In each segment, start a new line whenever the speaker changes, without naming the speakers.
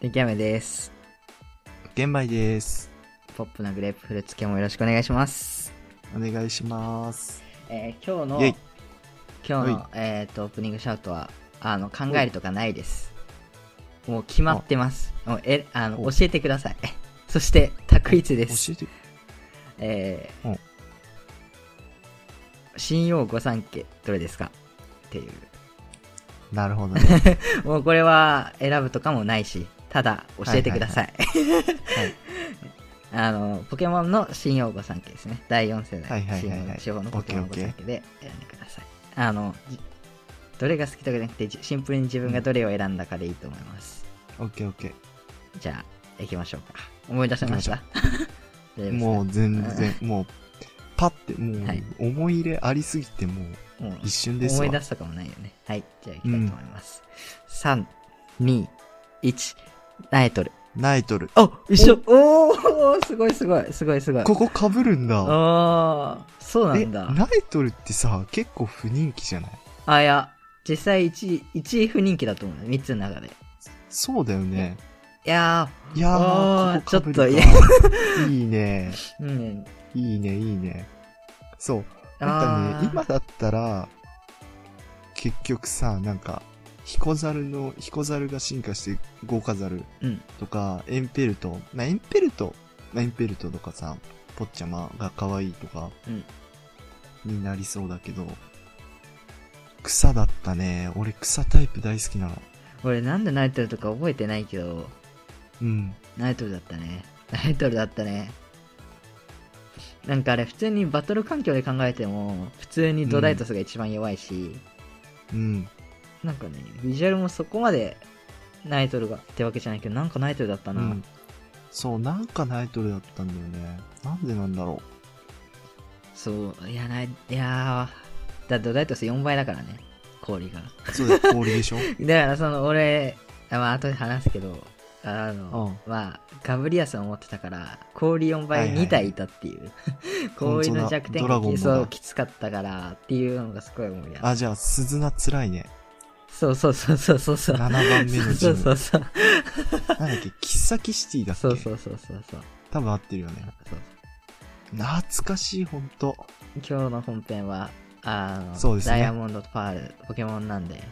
できあめです。
玄米です。
ポップなグレープフルーツ今日もよろしくお願いします。
お願いします。
えー今日の、
イェイ
今日の、
は
えー、とオープニングシャウトは、あの、考えるとかないです。もう決まってます。もうえあの
お
教えてください。 そして、択一です。
教えて。
えー
うん
信用御三家、どれですかっていう。
なるほど ね。
もうこれは選ぶとかもないし、ただ教えてください。
はい。
あの、ポケモンの新用語3家ですね。第4世
は
代、
いはい
新
はいはい
地方のポケモン
オッ
語
ケーオ
3
ッ
家で選んでください。あの、じどれが好きとかじゃなくて、じシンプルに自分がどれを選んだかでいいと思います。
オッケーオッケ
じゃあ、行きましょうか。思い出せました 大丈夫です
ー。
か
もう全然、もう、パって、も、
はいう
思い入れありすぎて、もう、
もう
一瞬です
思
わ。
い出すとかもないよね。はい、じゃあ行きたいと思います。3、2、1、ナイトル。
ナイトル。
あ一緒おおーすごいすごいすごいすごい。
ここ被るんだ。
ああ、そうな
え、
んだ。
ナイトルってさ、結構不人気じゃない
あ、いや、実際1位、1位不人気だと思うね、3つの中で。い
そうだよね。
や
いや
あ
ー
ー、
ここ被る
ちょっといや
か いいね。
ー、うん。
いいね、いいね。そう。なん
あ
か
ー
ね、今だったら、結局さ、なんか、ヒコザルの、ヒコザルが進化して、豪華ザル
うん
とか、エンペルト、まあ、エンペルト、まあ、エンペルトとかさ、ポッチャマが可愛いとか
うん、
になりそうだけど、草だったね。俺草タイプ大好きなの。
俺なんでナイトルとか覚えてないけど、
うん。
ナイトルだったね。ナイトルだったね。なんかあれ、普通にバトル環境で考えても、普通にドダイトスが一番弱いし、
うん。
なんかね、ビジュアルもそこまでナイトルがってわけじゃないけど、なんかナイトルだった
う
な。
ん。そう、なんかナイトルだったんだよね。なんでなんだろ
そう、いや、ない、いやー、だドダイトス4倍だからね、氷が。
う。そうだ よ、氷でしょ
だからその俺、あまあ後で話すけど、あ
う
の
ん、
まあ、ガブリアスを持ってたから、氷4
はい
倍
はいはい
2体いたっていう。氷
本
の
当だ
弱点
ドラ
が
ゴンもだ
そうきつかったからっていうのがすごい思いや。
あ、じゃあ、鈴菜辛いね。
そうそうそうそうそうそう。
7番目のジ
そう
ム。
そうそう。
なんだっけ、喫茶キシティだっけ
そうそうそうそうそう。
多分合ってるよね。
そう
懐かしい、ほんと。
今日の本編は、あの、
そうですね
ダイヤモンドとパール、ポケモンなんで、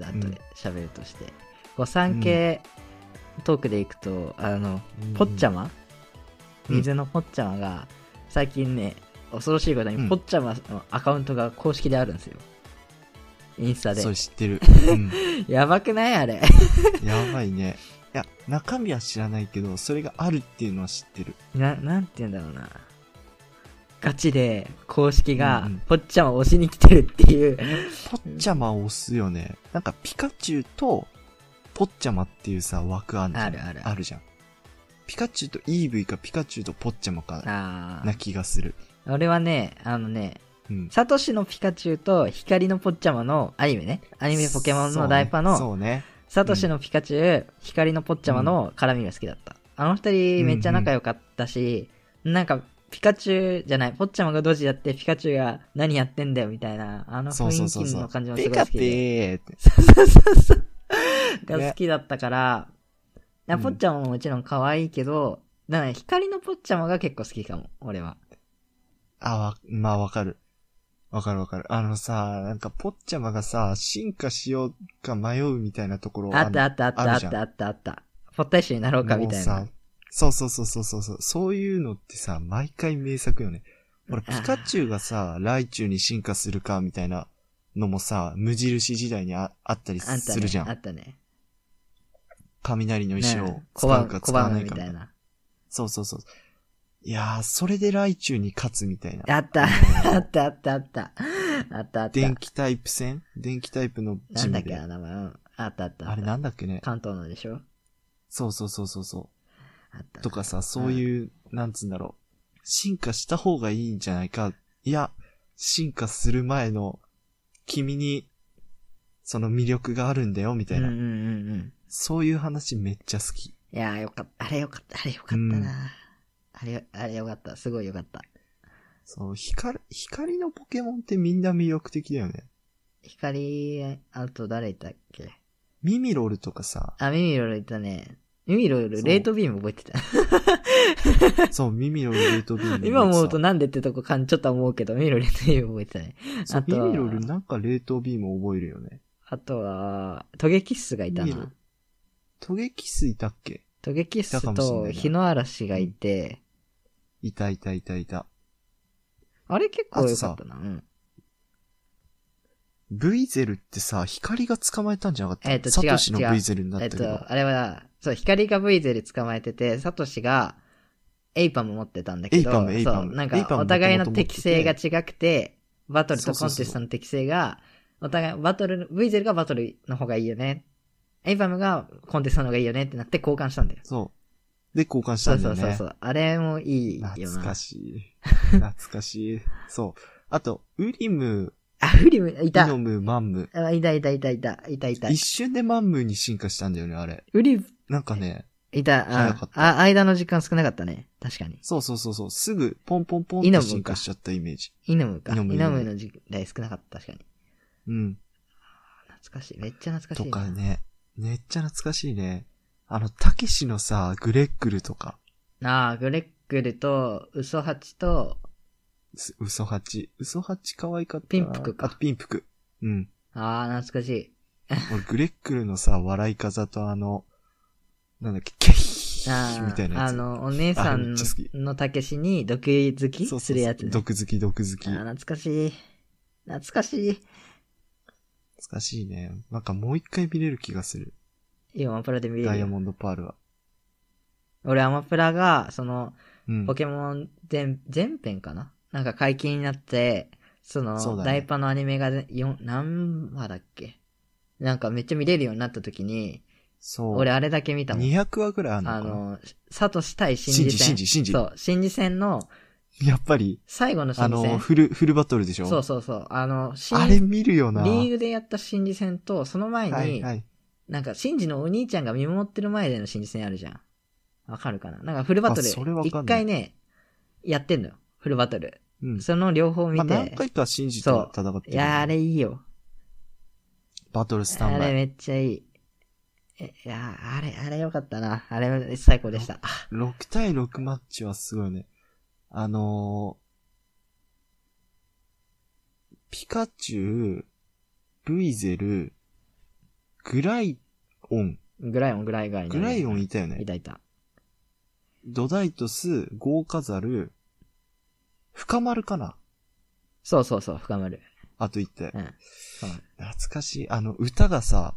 あと
う
で
ん
喋るとして。御三家トークでいくと、あの、ポッチャ
マ
マ、
うん
水のポッチャマが最近ね恐ろしいこと
う
に
ん
ポッチャマのアカウントが公式であるんですよインスタで
それ知ってる。うん。
やばくないあれ
やばいね。いや、中身は知らないけど、それがあるっていうのは知ってる。
ななんて言うんだろうなガチで公式が
うんうん
ポッチャマを押しに来てるっていう、
ポッチャマを押すよね。なんか、ピカチュウと、ポッチャマっていうさ、枠あるじゃん。
あるある
あるじゃん。ピカチュウとイーブイか、ピカチュウとポッチャマか、
あ
な気がする。
あ俺はねあのね
うん。
サトシのピカチュウと光のポッチャマのアニメねア
ア
ニメポケモンのダイパの
そうね。
サトシのピカチュウ、光のポッチャマの絡みが好きだった。あの二人めっちゃ仲良かったし、なんかピカチュウじゃない、ポッチャマがドジやってピカチュウが何やってんだよみたいな、あの
そ
雰
うそ
囲
うそう
気
そ
の
う
感じ。もす
ピ
ごい好
カ
き
ピ
で。
ーって。
そうそうそう。が
ね
好きだったから、な
うん
ポッチャマももちろん可愛いけど、だから光のポッチャマが結構好きかも、俺は。
あ、わ、まあわかる。わかるわかる。あのさ、なんかポッチャマがさ、進化しようか迷うみたいなところ
あったあ
あ
ったあったあ
る
っ
じゃん
たあったあった。ポッタイシュになろう
の
かみたい
もう
な
さ。そうそうそうそうそうそう。そういうのってさ、毎回名作よね。俺、ピカチュウがさ、ライチュウに進化するかみたいなのもさ、無印時代にああったり
あった
するじゃ
ね。あ
ん。
ったね。
雷の石を
ね小
使
判
うか
小
使わな
判
い
み
かみ
た
たい
い
な。
な。
そうそうそう。いやー、それでライチュウに勝つみたいな。
あった。あったあったあった。あったあった。
電気タイプ戦電気タイプの
な
ジ
んだ
ム
っけ
で
な、。名前。うんあったあった。
あれなんだっけね
関東のでしょ
そうそうそうそうそ
あった。
う。とかさ、そういう、なんつうんだろう。進化した方がいいんじゃないか。いや、進化する前の、君に、その魅力があるんだよ、みたいな。
うんうんうんうん。
そういう話めっちゃ好き。
いやーよかった。あれよかった。あれよかった
うん
な。あれ、あれよかった。すごいよかった。
そう、光、光のポケモンってみんな魅力的だよね。
光、あと誰いたっけ
ミミロルとかさ、
あ、ミミロルいたね。ユミロよりレートビーム覚えてた。
そう、耳のルートビームのやつさ。
今思うとなんでってとこかん、ちょっと思うけど、ミロレートビーム覚えてたね。
そう
あとは
ミロルなんか冷凍ビーム覚えるよね。
あとは、トゲキッスがいた
ミロ
な。
トゲキスいたっけ
トゲキッス
いたかもしれない
と
な
日の嵐がいて、
いたいたいたいた。
あれ結構良かったな。うん。
ブイゼルってさ、光が捕まえたんじゃなかった
えっと
サトシの
違う違う
ブイゼルになっ
え
た
っ
けど。
と、あれは、そう、光がブイゼル捕まえてて、サトシが、エイパム持ってたんだけど、
エイパムエイパム
そう、なん
エイパ
か、
ム
お互いの適性が違くて、バトルとコ
そうそう
ン
そう
テストの適性が、お互い、バトル、ブイゼルがバトルの方がいいよね。エイパムがコンテストの方がいいよねってなって交換したんだよ。
そう。で、交換し
そ
た
うん
だ
そ
よ
う
ね。
そうそう。あれもいいよな。
懐かしい。懐かしい。そう。あと、ウリム、
あ、フリム、い
イ
た。
ノム、マンム。
あいたいたいたいた、いたいた
一。瞬でマンムに進化したんだよね、あれ。
ウリ、
なんかね、
いた、
早
あ
かっ、た
あ間の時間少なかったね。確かに。
そうそうそうそう、すぐポンポンポンっ
イノム
て
か
進化しちゃったイメージ。
イノムか。イ
イ
ノ
ノ
ム
ムイノム
の時代少なかった、確かに。
うん。
懐かしい。めっちゃ懐かし
と
いな。
かね、めっちゃ懐かしいね。あの、たけしのさ、グレッグルとか、
ああ、グレッグルと、ウソハチと、
すウソハチ。ウソハチ可愛かったな。
ピンプクか
あとピンプク。うん。
ああ、懐かしい。
俺、グレッグルのさ、笑い方とあの、なんだっけ、ケヒ
あ
ー
あ
みたいなや
あ
つ。
の、お姉さん
あれめっちゃ好き
ののたけしに毒好き
そうそうそう
するやつね。
毒好き、毒好き。
ああ、
懐
懐かしい。懐かしい。
かしいね。なんかもう一回見れる気がする。
今、アマプラで見れ
ダ
る
イヤ
よ。
モンドパールは。
俺、アマプラが、その、
うん
ポ。ケモン全、全編かななんか解禁になって、その、
そうだね
ダイパのアニメがね四何話だっけなんかめっちゃ見れるようになった時に、
そう。
俺あれだけ見たもん。
200話ぐらいあるの
あ
かな
の、サトシ対新
シン
次
ジ、シン
戦。
ジ、シンジ。
そう、新次戦の
やっぱり、
最後の新
あ
次
の、
戦。
フル、フルバトルでしょ
そうそうそう。あの、新
あれ見るよな。
リーグでやった新次戦と、その前に、
はいはい。
なんか、シンジのお兄ちゃんが見守ってる前での新次戦あるじゃん。わかるかななんかフルバトル
あそれわ、かんない
一回ね、やってんのよ。フルバトル。
うん。
その両方見
まあ、
て。
何回かシンジと戦ってる、
いやーあれ。いいよ。
バトルスタ
あ
ンバ
れ
イ。
めっちゃいい。え、いやーあれ、あれよかったな。あれ最高でした。あ
6対6マッチはすごいね。あのー、ピカチュウ、ブイゼル、グライオン。
グライオン、グライガイ。
グライオンいたよ
い
ね。
たいた。
ドダイトス、ゴーカザル、深丸かな
そうそうそう、深まる。
あと言って。
うん。深まる
懐かしい。あの、歌がさ、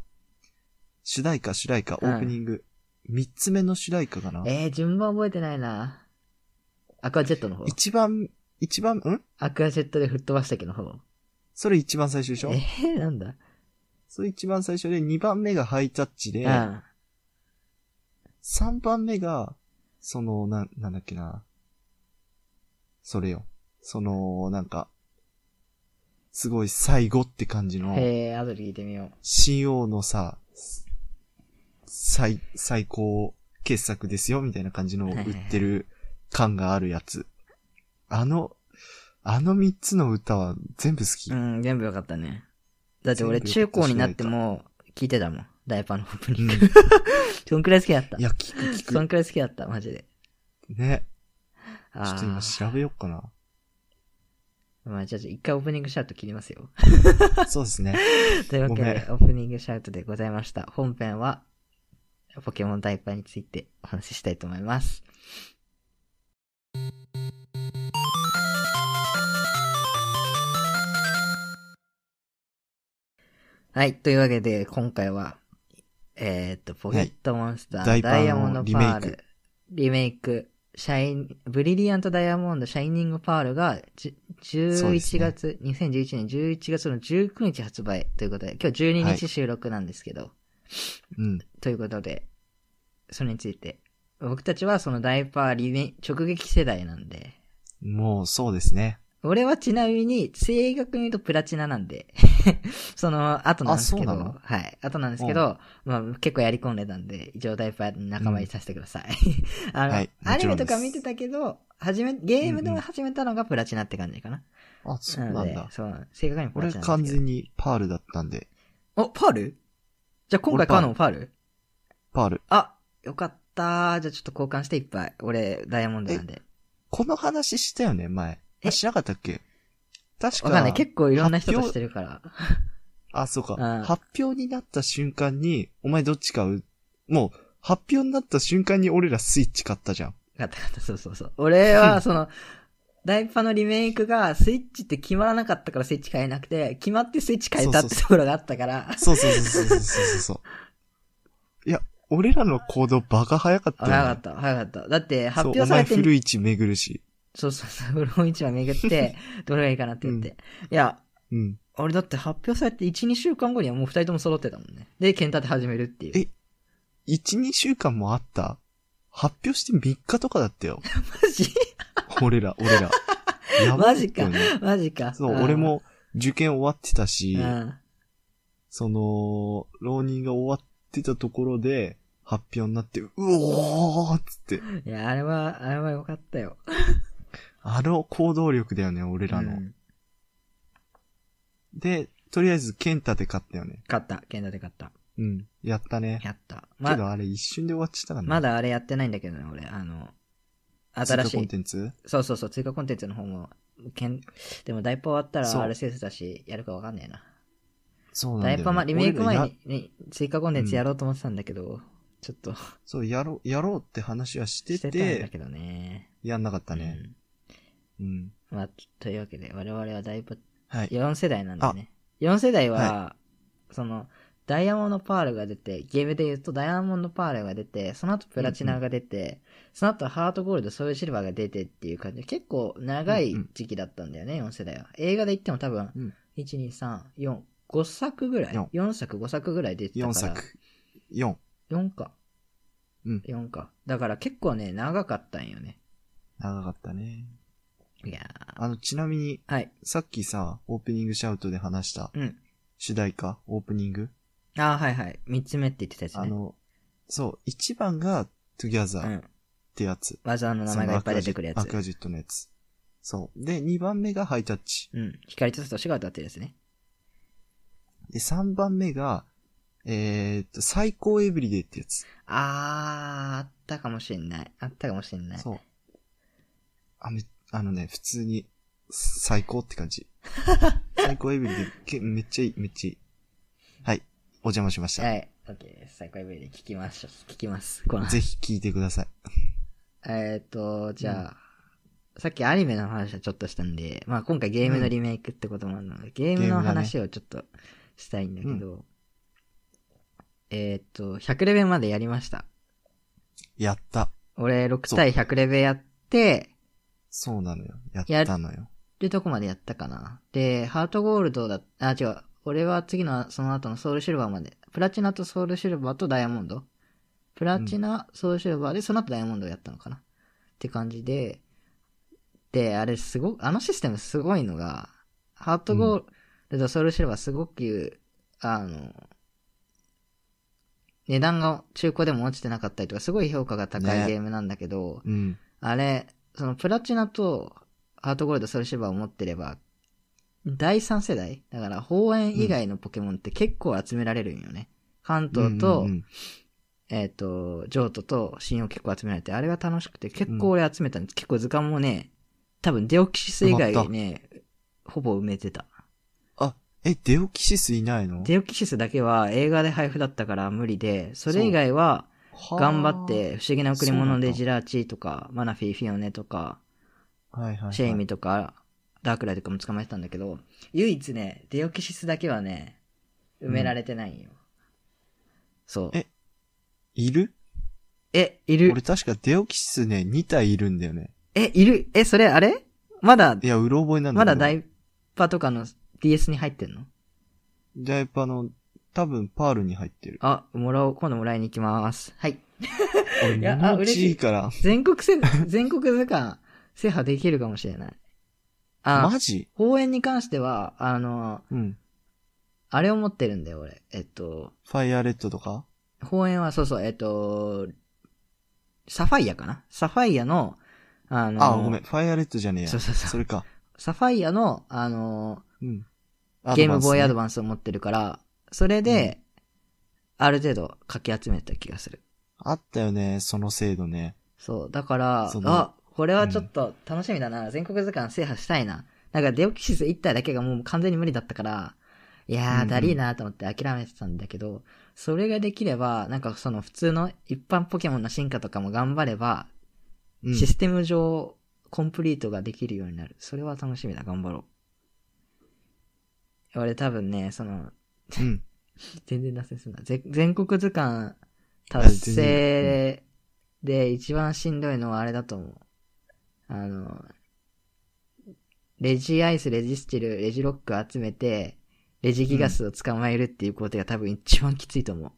主題歌、主題歌、オ
うん
ープニング。三、つ目の主題歌かな
えー、順番覚えてないな。アクアジェットの方。
一番、一番、ん
アクアジェットで吹っ飛ばしたけの方。
それ一番最初でしょ
えー、なんだ。
それ一番最初で、二番目がハイタッチで、
うん。
三番目が、その、なん、なんだっけな。それよ。その、なんか、すごい最後って感じの、
えー、後で聞いてみよ
CO のさ、最、最高傑作ですよ、みたいな感じのを売ってる感があるやつ。あの、あの三つの歌は全部好き。
う。うん、全部よかったね。だって俺中
全部よかっ
高
た
になっても聞いてたもん。ダイパーのオープニング。
うん
そんくらい好きだった
い。や、聞く
そ
聞
んくらい好きだった、マジで。
く。ね。
あー
ちょっと今調べようかな。
まあ、じゃあ、一回オープニングシャウト切ります よ。
そうですね。
というわけ
ごめ
で、オープニングシャウトでございました。本編は、ポケモンダイパーについてお話ししたいと思います。はい、というわけで、今回は、えーっと、ポケットモンスター、
はい
ダイヤモンド
ダイ
パ
パー
ー
のリメイ
ル、リメイク、シャイン、ブリリアントダイヤモンド、シャイニングパールが、じゅ
そうです
11
ね
月、2011年11月の19日発売ということで、今日12日収録なんですけど、
うん。
ということで、それについて。僕たちはそのダイパーリメイ直撃世代なんで、
もうそうですね。
俺はちなみに、正確に言うとプラチナなんで、 その後なんですけど、
あそうなの
はい、後なんですけど、まあ結構やり込んでたんで、一応ダイパーに仲間にさせてください。 あの、
はい
アニメとか
もちろん
見
です
てたけど、始め、ゲームで始めたのがプラチナって感じかな。
あ、そうなん
の
だ
で。そう、正確にプラ
俺
チナなん
完
ですけど
全にパールだったんで。
お、パールじゃあ今回買うのもパール
パール。
あ、よかったー。じゃあちょっと交換していっぱい。俺、ダイヤモンドなんで。
この話したよね、前。
え
あ、しなかったっけ確か
わかんない。結構いろんな人としてるから。
あ、そう
うん
か。発表になった瞬間に、お前どっち買うもう、発表になった瞬間に俺らスイッチ買ったじゃん。
買った買った、そうそうそう。俺は、その、ダイパのリメイクが、スイッチって決まらなかったからスイッチ変えなくて、決まってスイッチ変えたって
そうそう
ところがあったから。
そうそうそうそうそうそう そう。いや、俺らの行動バカ早かったよ、ね。
早かった、早かった。だって、発
そう
表
お
され
前
て、
古市巡るし。
そうそうそう、フロン市は巡 って、どれがいいかなって言って。いや、
うん。
俺だって発表されて1、2週間後にはもう2人とも揃ってたもんね。で、剣立て始めるって いう。
え1、2週間もあった発表して3日とかだったよ。
マジ
俺ら、俺 ら。やばいよね
マジか。
そう、
ん
俺。も受験終わってたし
う、ん。
その、浪人が終わってたところで、発表になって、うおーっつって、
いや、あれは、あれは良かったよ。
あの行動力だよね、俺ら
う
の。
ん
で、とりあえず、ケンタで勝ったよね。
勝った、剣立て勝った。
うん。やったね。
やった。
け
ま、
ど、あれ一瞬で終わっちゃったからね。
まだあれやってないんだけどね、俺。あの、
追
新
加
し
コン
い。
テンツ
そうそうそう、追加コンテンツの方も、けんでもダイパ終わったら
そう
RSS だし、やるかわかんねえな。
そうなんだ
ダ
よ、ね。
イパま、リメイク前
俺らや
にに追加コンテンツやろうと思ってたんだけど、ちょっと、
そう、やろう、やろうって話はして
して
て、
たんだけどね。
やんなかったね。うん。
うん。まあ、というわけで、我々はダイパ
はい。
4世代なんだよね。4世代は、
は
その、ダイヤモンドパールが出て、ゲームで言うとダイヤモンドパールが出て、その後プラチナが出て、その後ハートゴールド、そういうシルバーが出てっていう感じで、結構長い時期だったんだよね、4世代は。映画で言っても多分、
うん
1、2、3、4、5作ぐらい
四
?4 作、5作ぐらい出てた
4
から。
作。4。
4か。
うん
4か。だから結構ね、長かったんよね。
長かったね。
いや
あの、ちなみに、
ーはい。
さっきさ、オープニングシャウトで話した
うん。
主題歌、オープニング。
あーはいはい。3つ目って言ってたやつね。
あの、そう、一番が Together っ
うん。
てやつ。
技の名前がいっぱい出てくるや
その
つ
ア。クアジェットのやつ。そう。で、二番目がハイタッチ。
うん。光と聡が歌ってるですね。
で、三番目が、えー、っと、最高エブリデイってやつ。
あー、あったかもしんない。あったかもしんない。
そう。あめ、あのね、普通に、最高って 感じ。最高エブリデイけ、めっちゃいい、めっちゃいい。はい。お邪魔しました。
はい。オッケーです。最高エブリで聞きましょう。聞きます。この
ぜひ聞いてください。
えっ、と、じゃあ、さっきアニメの話はちょっとしたんで、まあ今回ゲームのリメイクってこともあるので、ゲームの話をちょっとしたいんだけ
ゲ
ど、えっ、と、100レベルまでやりました。
やった。
俺6対100レベルやって、
そうなのよ。やっ
や
たのよ。
で、どこまでやったかな。で、ハートゴールドだ、あ、違う。俺は次の、その後のソウルシルバーまで。プラチナとソウルシルバーとダイヤモンド。プラチナ、ソウルシルバーで、その後ダイヤモンドをやったのかな。って感じで、で、あれすご、あのシステムすごいのが、ハートゴールド、ソウルシルバーすごく、あの、値段が中古でも落ちてなかったりとか、すごい評価が高い
ね
ゲームなんだけど、
うん。
あれ、そのプラチナとハートゴールド、ソルシルバーを持ってれば、第三世代だから、放円以外のポケモンって結構集められるんよね。関東と、
うんうんうん
えっ、と、譲渡と新を結構集められて、あれが楽しくて、結構俺集めたんです。結構図鑑もね、多分デオキシス以外ね、ほぼ埋めてた。
あ、え、デオキシスいないの
デオキシスだけは映画で配布だったから無理で、それ以外は、頑張って、不思議な贈り物でジラーチーとか、マナフィー、フィオネとか、
はあ、はいはいはい
シェイミとか、ダークライとかも捕まえてたんだけど、唯一ね、デオキシスだけはね、埋められてないよ。そう。
えいる
え、い
俺
る。
確かデオキシスね、2体いるんだよね。
え、いる。え、それあれまだ
い、や、うろ覚えなん
ま
だけど
だダイパとかの DS に入ってんの
ダイパの、多分パールに入ってる。
あ、もらおう。今度もらいに行きます。はい。
俺、
いやあ
物持
嬉しい
ちいいから。
全国せ、 全国図鑑、制覇できるかもしれない。あ、
マジ
応援に関しては、あの、
うん。
あれを持ってるんだよ、俺。えっと、
ファイアレッドとか
公園は、そうそう、えっと、サファイアかなサファイアの、あの、
あ、ごめん。ファイアレッドじゃねえや。
そうそうそう
れか。
サファイアの、あの、
うん。
ゲームボーイアド
バ
バ
ン
ンスを持ってるから、それで、ある程度かき集めた気がする。
あったよね、その制度ね。
そう、だから
そ、の
あ、これはちょっと楽しみだな。全国図鑑制覇したいな。なんかデオキシス1体だけがもう完全に無理だったから、いや
うんう
ー、
ん
だりーなと思って諦めてたんだけど、それができれば、なんかその普通の一般ポケモンの進化とかも頑張れば、
うん。
システム上コンプリートができるようになる。それは楽しみだ、頑張ろう。俺多分ね、その、
うん。
全然脱線するな。ぜ全国図鑑達成で一番しんどいのはあれだと思う。あの、レジアイス、レジスチル、レジロック集めて、レジギガスを捕まえるっていう工程が多分一番きついと思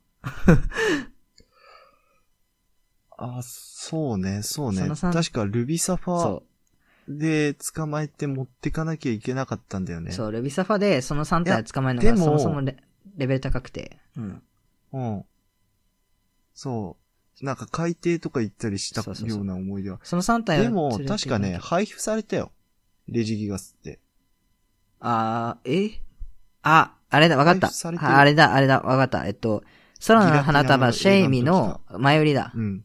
あ、そうね、そう
そ
ね。
の三
確かルビサフ
う。
ァ
そ
で捕まえて持ってかなきゃいけなかったんだよね。
う。そう、ルビサファでその3
い
体
や
捕まえるのが
でも
そもそもレレベル高くて。うん。
うん。そう。なんか海底とか行ったりした
そうそうそう
ような思い出は。
その3体を
でも
連、れて
確かね、配布されたよ。レジギガスって。
あー、えあ、あれだ、わかっ
配布されて
た。
る
ああれだ、あれだ、わかった。えっと、空の花
ギラギラの
束、シェイミ
映画の
の前売りだ
う。ん。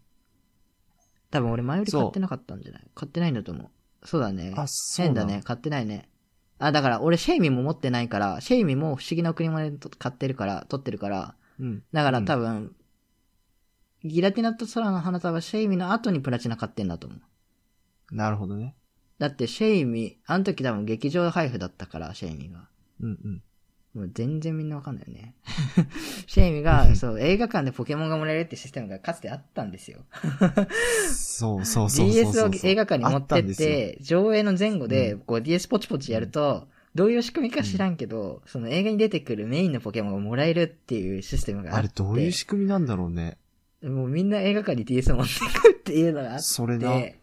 多分俺前売り
そう
買ってなかったんじゃない買ってないんだと思う。そうだね。
あ、そう
変だ
なの
ね。。買ってないね。あ、だから俺シェイミも持ってないから、シェイミも不思議な国まで買ってるから、取ってるから、
うん。
だから多分、ギラティナと空の花束、シェイミの後にプラチナ買ってんだと思う。
なるほどね。
だってシェイミ、あの時多分劇場配布だったから、シェイミが。
うんうん。
もう全然みんなわかんないよね。シェイミが、そう、映画館でポケモンがもらえるってシステムがかつてあったんですよ。
そうそうそうそうそう。
DS を映画館に持
あ
ったて
ん
っ
ですよ
て、上映の前後で
う
こう DS ポチポチやると、どういう仕組みか知らんけど、その映画に出てくるメインのポケモンがもらえるっていうシステムがあ
あ
って。
れどういう仕組みなんだろうね。
もうみんな映画館に DS を持ってくっていうのがあっ
それな。
て、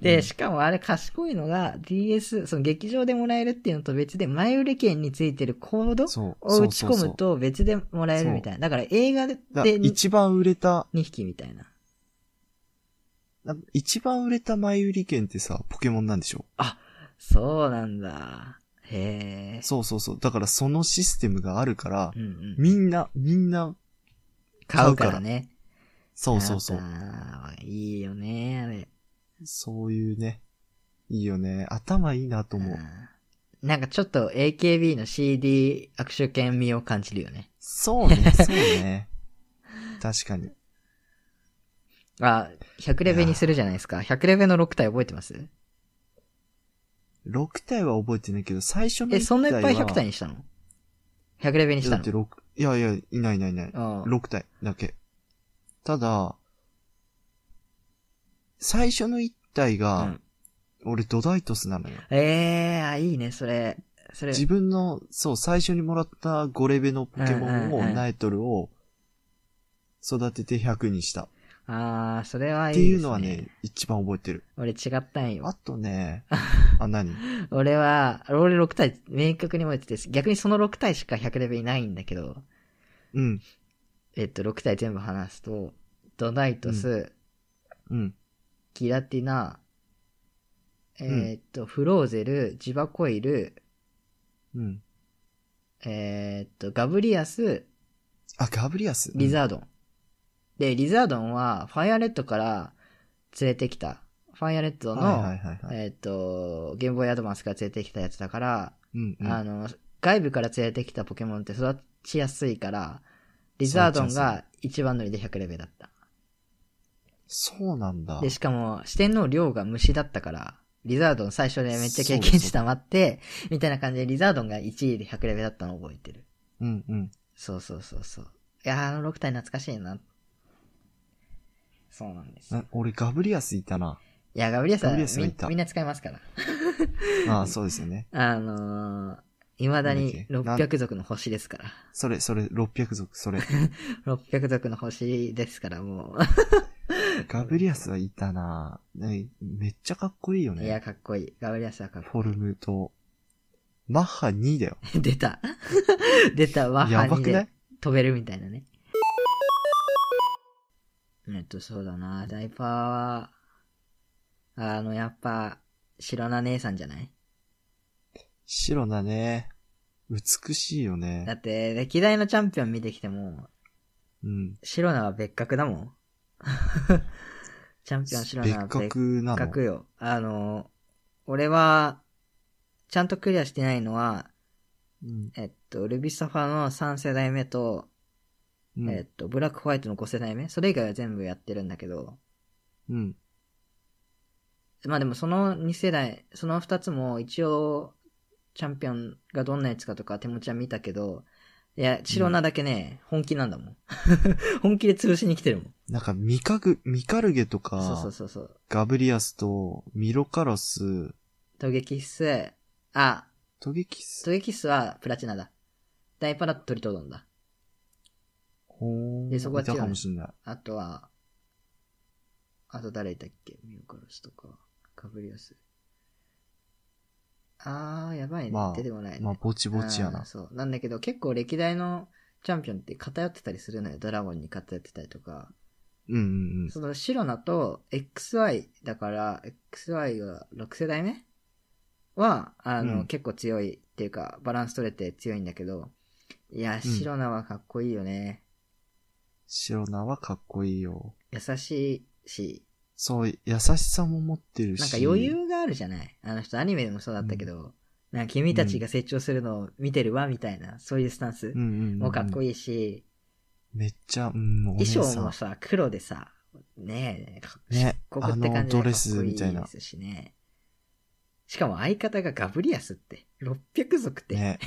う
で、
ん
しかもあれ賢いのが DS、その劇場でもらえるっていうのと別で、前売り券についてるコード
そう。
を打ち
そうそ
込
うそう
むと別でもらえるみたいな。だから映画で
だ
2
一番売れた、
匹みたいな。
なんか一番売れた前売り券ってさ、ポケモンなんでしょ
そうなんだ。へえ。
そうそうそう。だからそのシステムがあるから
う、んうん。
みんな、みんな、
買
買
う
う
か
からら
ね。
そうそうそう。
あーいいよね、あれ。
そういうね。いいよね。頭いいなと思う。
あーなんかちょっと AKB の CD 握手券味を感じるよね。
そうね、そうね。 確かに。
あ、100レベにするじゃないですか。100レベの6体覚えてます
6体は覚えてないけど、最初の
え、
1体は。
そんないっぱい100体にしたの ?100 レベにし
だ
た
って
の
6、いやいや、いないいないいない。
あー
6体だけ。ただ、最初の1体が、
うん
俺ドダイトスなのよ。
えー、あ、いいね、それ。それ。
自分の、そう、最初にもらった5レベのポケモン
うんうん
を、
うん
ナイトルを育てて100にした。
あー、それは
っ
いい
て
です、ね。
いうのはね、一番覚えてる。
俺違ったんよ
あ。とね、あ、何
俺は、俺6体明確に覚えてて、逆にその6体しか100レベにないんだけど。
うん、
えっと、6体全部話すと、ドナイトス、
うん、
ギラティナ、え
ん
ーっと、フローゼル、ジバコイル、
うん。
えーっと、ガブリアス、
あ、ガブリアス。
リザードン。で、リザードンは、ファイアレッドから連れてきた。ファイアレッド
うん
の、
はいはいはいはい。
えーっと、ゲームボーイアドバンスから連れてきたやつだから、
うん、うん。
あの、外部から連れてきたポケモンって育ちやすいから、リザードンが一番乗りで100レベルだった。
そうなんだ。
で、しかも、四天王量が虫だったから、リザードン最初でめっちゃ経験値溜まって、みたいな感じでリザードンが1位で100レベルだったのを覚えてる。
うん、うん。
そうそうそうそう。いやー、あの6体懐かしいな。そうなんです。い
な俺、ガブリアスいたな。
や、ガブリアさ
ガ
ん
ブリ
み
アスがいた
みんな使いますから。
あそうですよね。
あのー、未だに
なんだっ
600族の星ですから。
それ、それ、600族、それ。
600族の星ですから、も
ガブリアスはいたなねめっちゃかっこいいよ
う。いや、
ね。
かっこいい。ガブリアスはかっこ
フォルムと。マッハ2だよ。
い い。出た。出た、ワッハ
やば
ニ
く
で
ない
飛べるみたいなね。えっと、そうだな。ダイパーは、あの、やっぱ、白菜姉さんじゃない
白だね。美しいよ
だ
ね。
って、歴代のチャンピオン見てきても、
うん。
白菜は別格だもん。 チャンピオンしろな
別
って。
格な
別格
の
よ。あの、俺は、ちゃんとクリアしてないのは、
うん
えっと、ルビサファの3世代目と、
うん
えっと、ブラックホワイトの5世代目それ以外は全部やってるんだけど、
うん。
まあでもその2世代、その2つも一応、チャンピオンがどんなやつかとか手持ちは見たけど、いや、チロナだけね、本気なんだも ん。本気で潰しに来てるもん。
なんか、ミカグ、ミカルゲ
そ
と
うそ
か
う、そうそう。
ガブリアスと、ミロカロス、
トゲキス、あ、
トゲキス、
トゲキスはプラチナだ。ダイパラとトリトドンだ。
ほー
でそこはい
た
違う
か
ね
もしんない。
あとは、あと誰いたっけミオカロスとか、カブリアス。あー、やばいね。
まあ
出てこないね、
まあ、ぼちぼちや
あー
な。
そう。なんだけど、結構歴代のチャンピオンって偏ってたりするのよ。ドラゴンに偏ってたりとか。
うんうんうん。
そのシロナと XY だから、XY が6世代目は、あの、
うん
結構強いっていうか、バランス取れて強いんだけど、いや、シロナはかっこいいよね。
シロナはかっこいいよ。
優しいし、
そう、優しさも持ってるし。
なんか余裕があるじゃないあの人アニメでもそうだったけど、なんか君たちが成長するのを見てるわ、みたいな、そういうスタンス
うんうんうんうん。
もかっこ
いい。
いいし、
めっちゃ、うん、お姉
衣
さ
装も
ん。
さ、黒でさ、ねえ、か
ね
漆黒って感じ
あの
で
ドレスみたい
か
な
っこですしね。しかも相方がガブリアスって、600族って、
ね。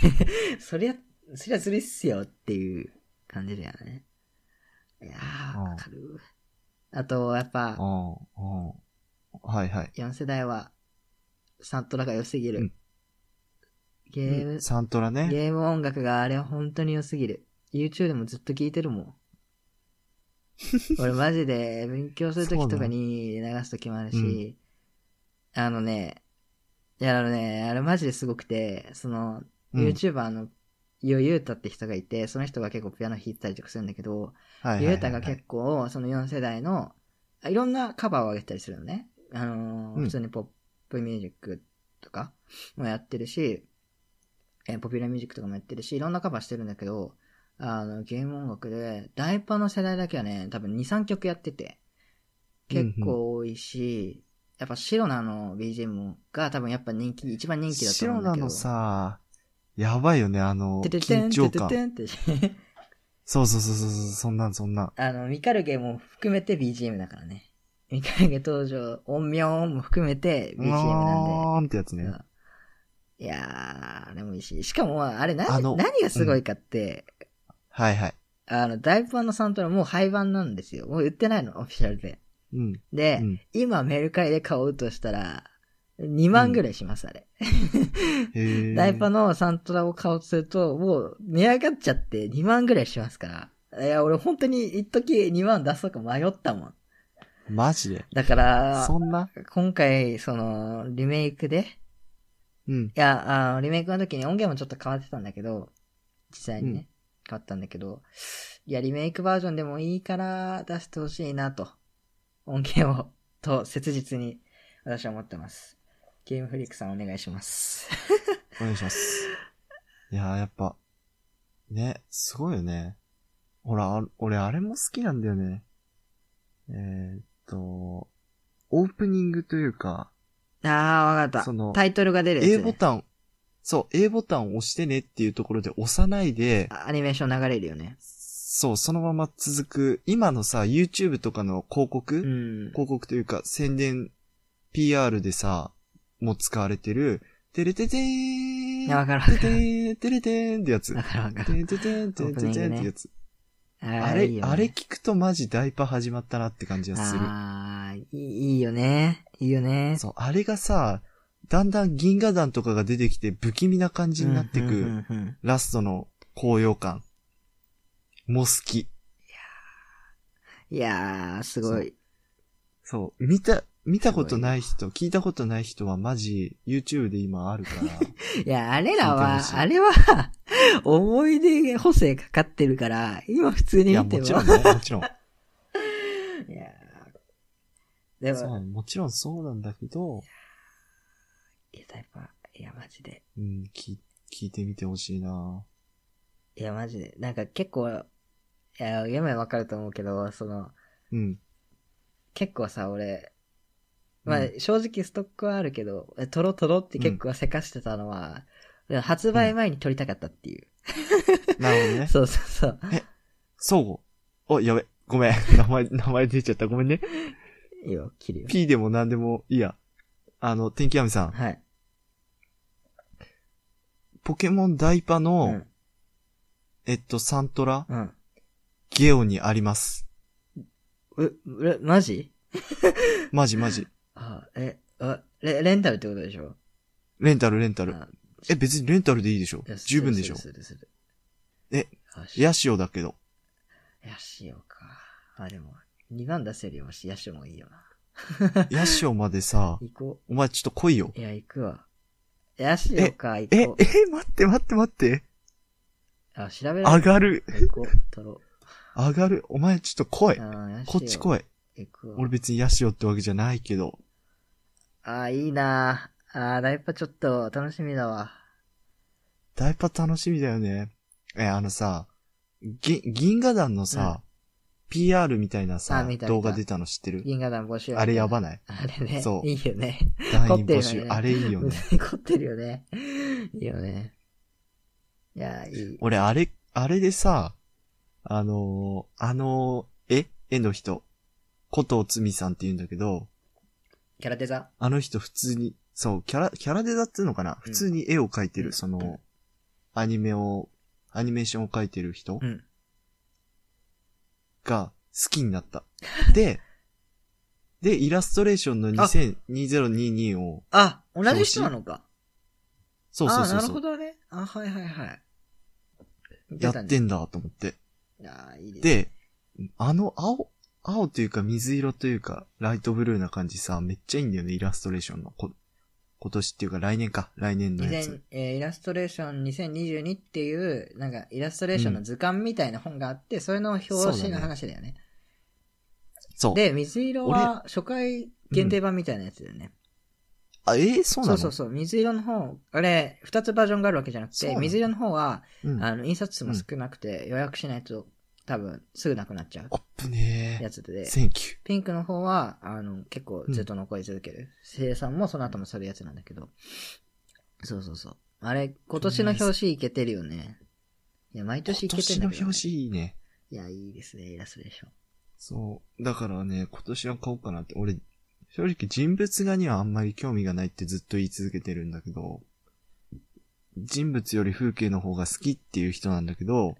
そりゃ、そりゃずるいっすよっていう感じだよね。いやー、
うん
わかる。あと、やっぱ
う、ん、うん。はいはい。
4世代は、サントラが良すぎる。
うん
ゲーム、
サントラね。
ゲーム音楽があれは本当に良すぎる。YouTube でもずっと聴いてるもん。俺マジ で勉強するときとかに流すときもあるし、あのね、いやあのね、あれマジですごくて、その、
うん
YouTuber の、ヨユータって人がいて、その人が結構ピアノ弾いてたりとかするんだけど、
はいはいはいはい。
ゆうたが結構、その4世代の、あいろんなカバーを上げたりするのね。あのー
うん
普通にポップミュージックとかもやってるし、えーポピュラーミュージックとかもやってるし、いろんなカバーしてるんだけど、あの、ゲーム音楽で、ダイパの世代だけはね、多分2、3曲やってて、結構多いし、やっぱシロナの BGM が多分やっぱ人気、一番人気だと
シ
思う
ロ
んだ
ナ
けど。
のさ、やばいよね、あの、
てててん、
緊張感
て。ててんって
そうそうそうそう、そうそんなんそんなん。
あの、ミカルゲも含めて BGM だからね。ミカルゲ登場、音妙も含めて BGM なん
うーんってやつ
で。
ね。
いやー、あれもいいし。しかも、あれな、
あの
何がすごいかって、
はいはい。
あの、ダイプ版のサントラもう廃盤なんですよ。もう売ってないの、オフィシャルで。
うん。う
で、
ん、
今メルカリで買おうとしたら、2万ぐらいします、あれ。
へ え。
ダイパのサントラを買おうとすると、もう、値上がっちゃって2万ぐらいしますから。いや、俺本当に一時2万出そうか迷ったもん。
マジで。
だから、
そんな
今回、その、リメイクで、
うん。
いや、あのリメイクの時に音源もちょっと変わってたんだけど、実際にね、
うん
変わったんだけど、いや、リメイクバージョンでもいいから出してほしいなと、音源を、と、切実に私は思ってます。ゲームフリークさんお願いします。
お願いします。いやー、やっぱ、ね、すごいよね。ほら、あ俺あれも好きなんだよね。えー、っと、オープニングというか、
あー、わか
そ
っ
の
た。タイトルが出るやつ、ね。
A ボタン、そう、A ボタンを押してねっていうところで押さないで、
あアニメーション流れるよね。
そう、そのまま続く、今のさ、YouTube とかの広告、
うん。
広告というか宣伝、PR でさ、もう使われてる、てれててー
い
ん
や、わかるわ
て
か
て
る。
ーんてれてーんってやつ。
わかるわか
て
る。
んててんてんてんてんってやつ。あ
あ
れ、
いいよね
あれ聞くとマジダイパ始まったなって感じがする。
ああ、いいいいよね。いいよね。
そう、あれがさ、だんだん銀河団とかが出てきて不気味な感じになって
うんうん
く、
うんうん
ラストの高揚感。も好き。
いやー、すごい。
そう。見た、見たことない人、聞いたことない人はマジ YouTube で今あ るから。
いや、あれらは
聞いてほし、い
あれは、思い出補正かかってるから、今普通
い
に
や、
見て
も
も。
ちろんね、もちろん。
いやーで
そ
も、
う、もちろんそうなんだけど、
いや、タイプは、いや、マジで。
うん、聞、聞いてみてほしいない
や、マジで。なんか結構、いや、読めばわかると思うけど、その、
うん。
結構さ、俺、まあ
うん、
正直ストックはあるけど、えトロトロって結構せかしてたのは、発売前に撮りたかったっていう。
なるほどね。
そうそうそう。
相互。お、やべ。ごめん。 名前、名前出ちゃった。ごめんね。
いいよ、切るよ。
P でも何でもいいや。あの、天気闇さん。
はい。
ポケモンダイパ
う
の、
ん。
えっと、サントラ、
うん。
ゲオにあります。
う、う、マジ
マジマジ。
あ、え、あレ、レンタルってことでしょ
レンタル、レンタル
あ。
え、別にレンタルでいいでしょ
いやする
十分でしょ
するするする
え、
よし。
ヤシオだ けど。
ヤシオか。あ、でも、2番出せるよし、ヤシオもいいよな。
ヤシオまでさ、
行こ
お前ちょっと来いよ。
う。いや、行くわ。ヤシオか、行
え、え
こ、
待って待って待って。
う。あ、調べら
上
れる。
が
行
る。
こう、取ろ。。
上がる。お前ちょっと来いう
あヤシオ
こっち来い。
行くわ。
俺別にヤシオってわけじゃないけど。
あ、いいなあ、だいぶちょっと楽しみだわ。
ダイパ楽しみだよね。え、あのさ、ぎ銀河団のさ、PR みたいな
あ
さ
見た、見た
動画出たの知ってる
銀河団募集。
あれやばない
あれね。
そう
いいよね。
団
凝って
員募
るよ
集。
ね
あれいいよ
無
ね
駄。に 凝ってるよね。いいよね。いや、いい。
俺、あれ、あれでさ、あのーあのーえ絵の人。古藤つみさんって言うんだけど、
キャラデザ
あの人普通に、そう、キャラ、キャラデザっていうのかな普通に絵を描いてる、
うん
そうの
ん、
アニメを、アニメーションを描いてる人
うん。
が好きになった。で、で、イラストレーションの2000 2022を、
あ、同じ人なのか。
そうそ
あ
うそう
なる
そ
ほ
う、
どね。あ、はいはいはい。見
や
た
っ
ね
てんだと思って。
あーいいね、
で、あの青、青というか水色というか、ライトブルーな感じさ、めっちゃいいんだよね、イラストレーションの。こ今年っていうか来年か、来年の
以
や
前
つ。、
えーイラストレーション2022っていう、なんかイラストレーションの図鑑みたいな本があって、それの表紙の話だよね。
そう。
で、水色は初回限定版みたいなやつだよね。
あ、えー、そう
そ
なの
うそうそう。水色の方、あれ、二つバージョンがあるわけじゃなく
そうな
て、
の
水色の方は、
うん。
あの、印刷数も少なくて、予約しないと多分すぐなくなっちゃう
アップね
やつで
ー。。センキュー。
ピンクの方は、あの、結構ずっと残り続ける。生産もその後もするやつなんだけど。そうそうそう。あれ、今年の表紙いけてるよね。いや、毎年い
今
けてる
年
ん
の
だ
表
けど、ね。
紙いいね。
いや、いいですね、イラストレーション。
そう。だからね、今年は買おうかなって。俺、正直人物画にはあんまり興味がないってずっと言い続けてるんだけど、人物より風景の方が好きっていう人なんだけど、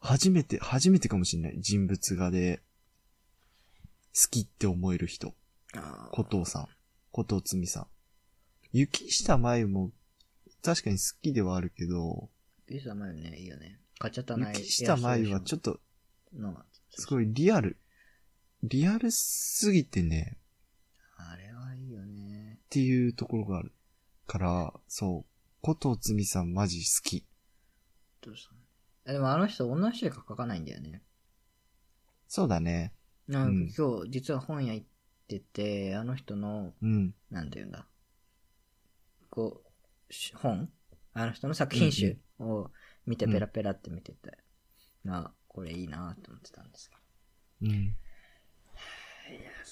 初めて、初めてかもしれない。人物画で、好きって思える人。
あ
古藤さん。古藤つみさん。雪下舞も、確かに好きではあるけど、
ー。雪下まゆね、いいよね。買っちゃったな、
雪下舞はちょ
っ
っと
と、の
すごいリアル。リアルすぎてね、
あれはいいよね。
っていうところがある。から、そう。ことつみさんマジ好き。
どうしたのえでもあの人、女の人しか書かないんだよね。
そうだね。
なん
うん
か今日、実は本屋行ってて、あの人の、
うん。
なんて言うんだ。こう、し本あの人の作品集を見て
うん
ペラペラって見てて、あ、これいいなと思ってたんですけ
うん。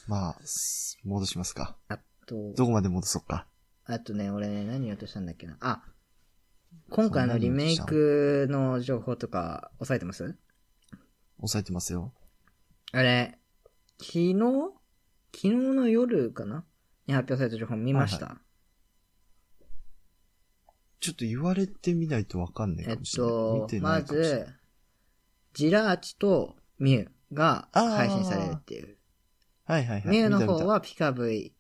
まあ、す戻しますか。
ど。あ
ど
と、
こまで戻そうか。
あとね、俺ね、何言おうとしたんだっけな。あ、今回のリメイクの情報とか、押さえてます
押さえてますよ。
あれ、昨日昨日の夜かなに発表された情報見ました。
ちょっと言われてみないとわかんない
え
か
っ
もしれない。見
と
て、な
ま
いかもしれない
ず、ジラーチとミュウが配信されるっていう。
はいはいはい。
ミュウの
見た
方
見た
はピカブイ、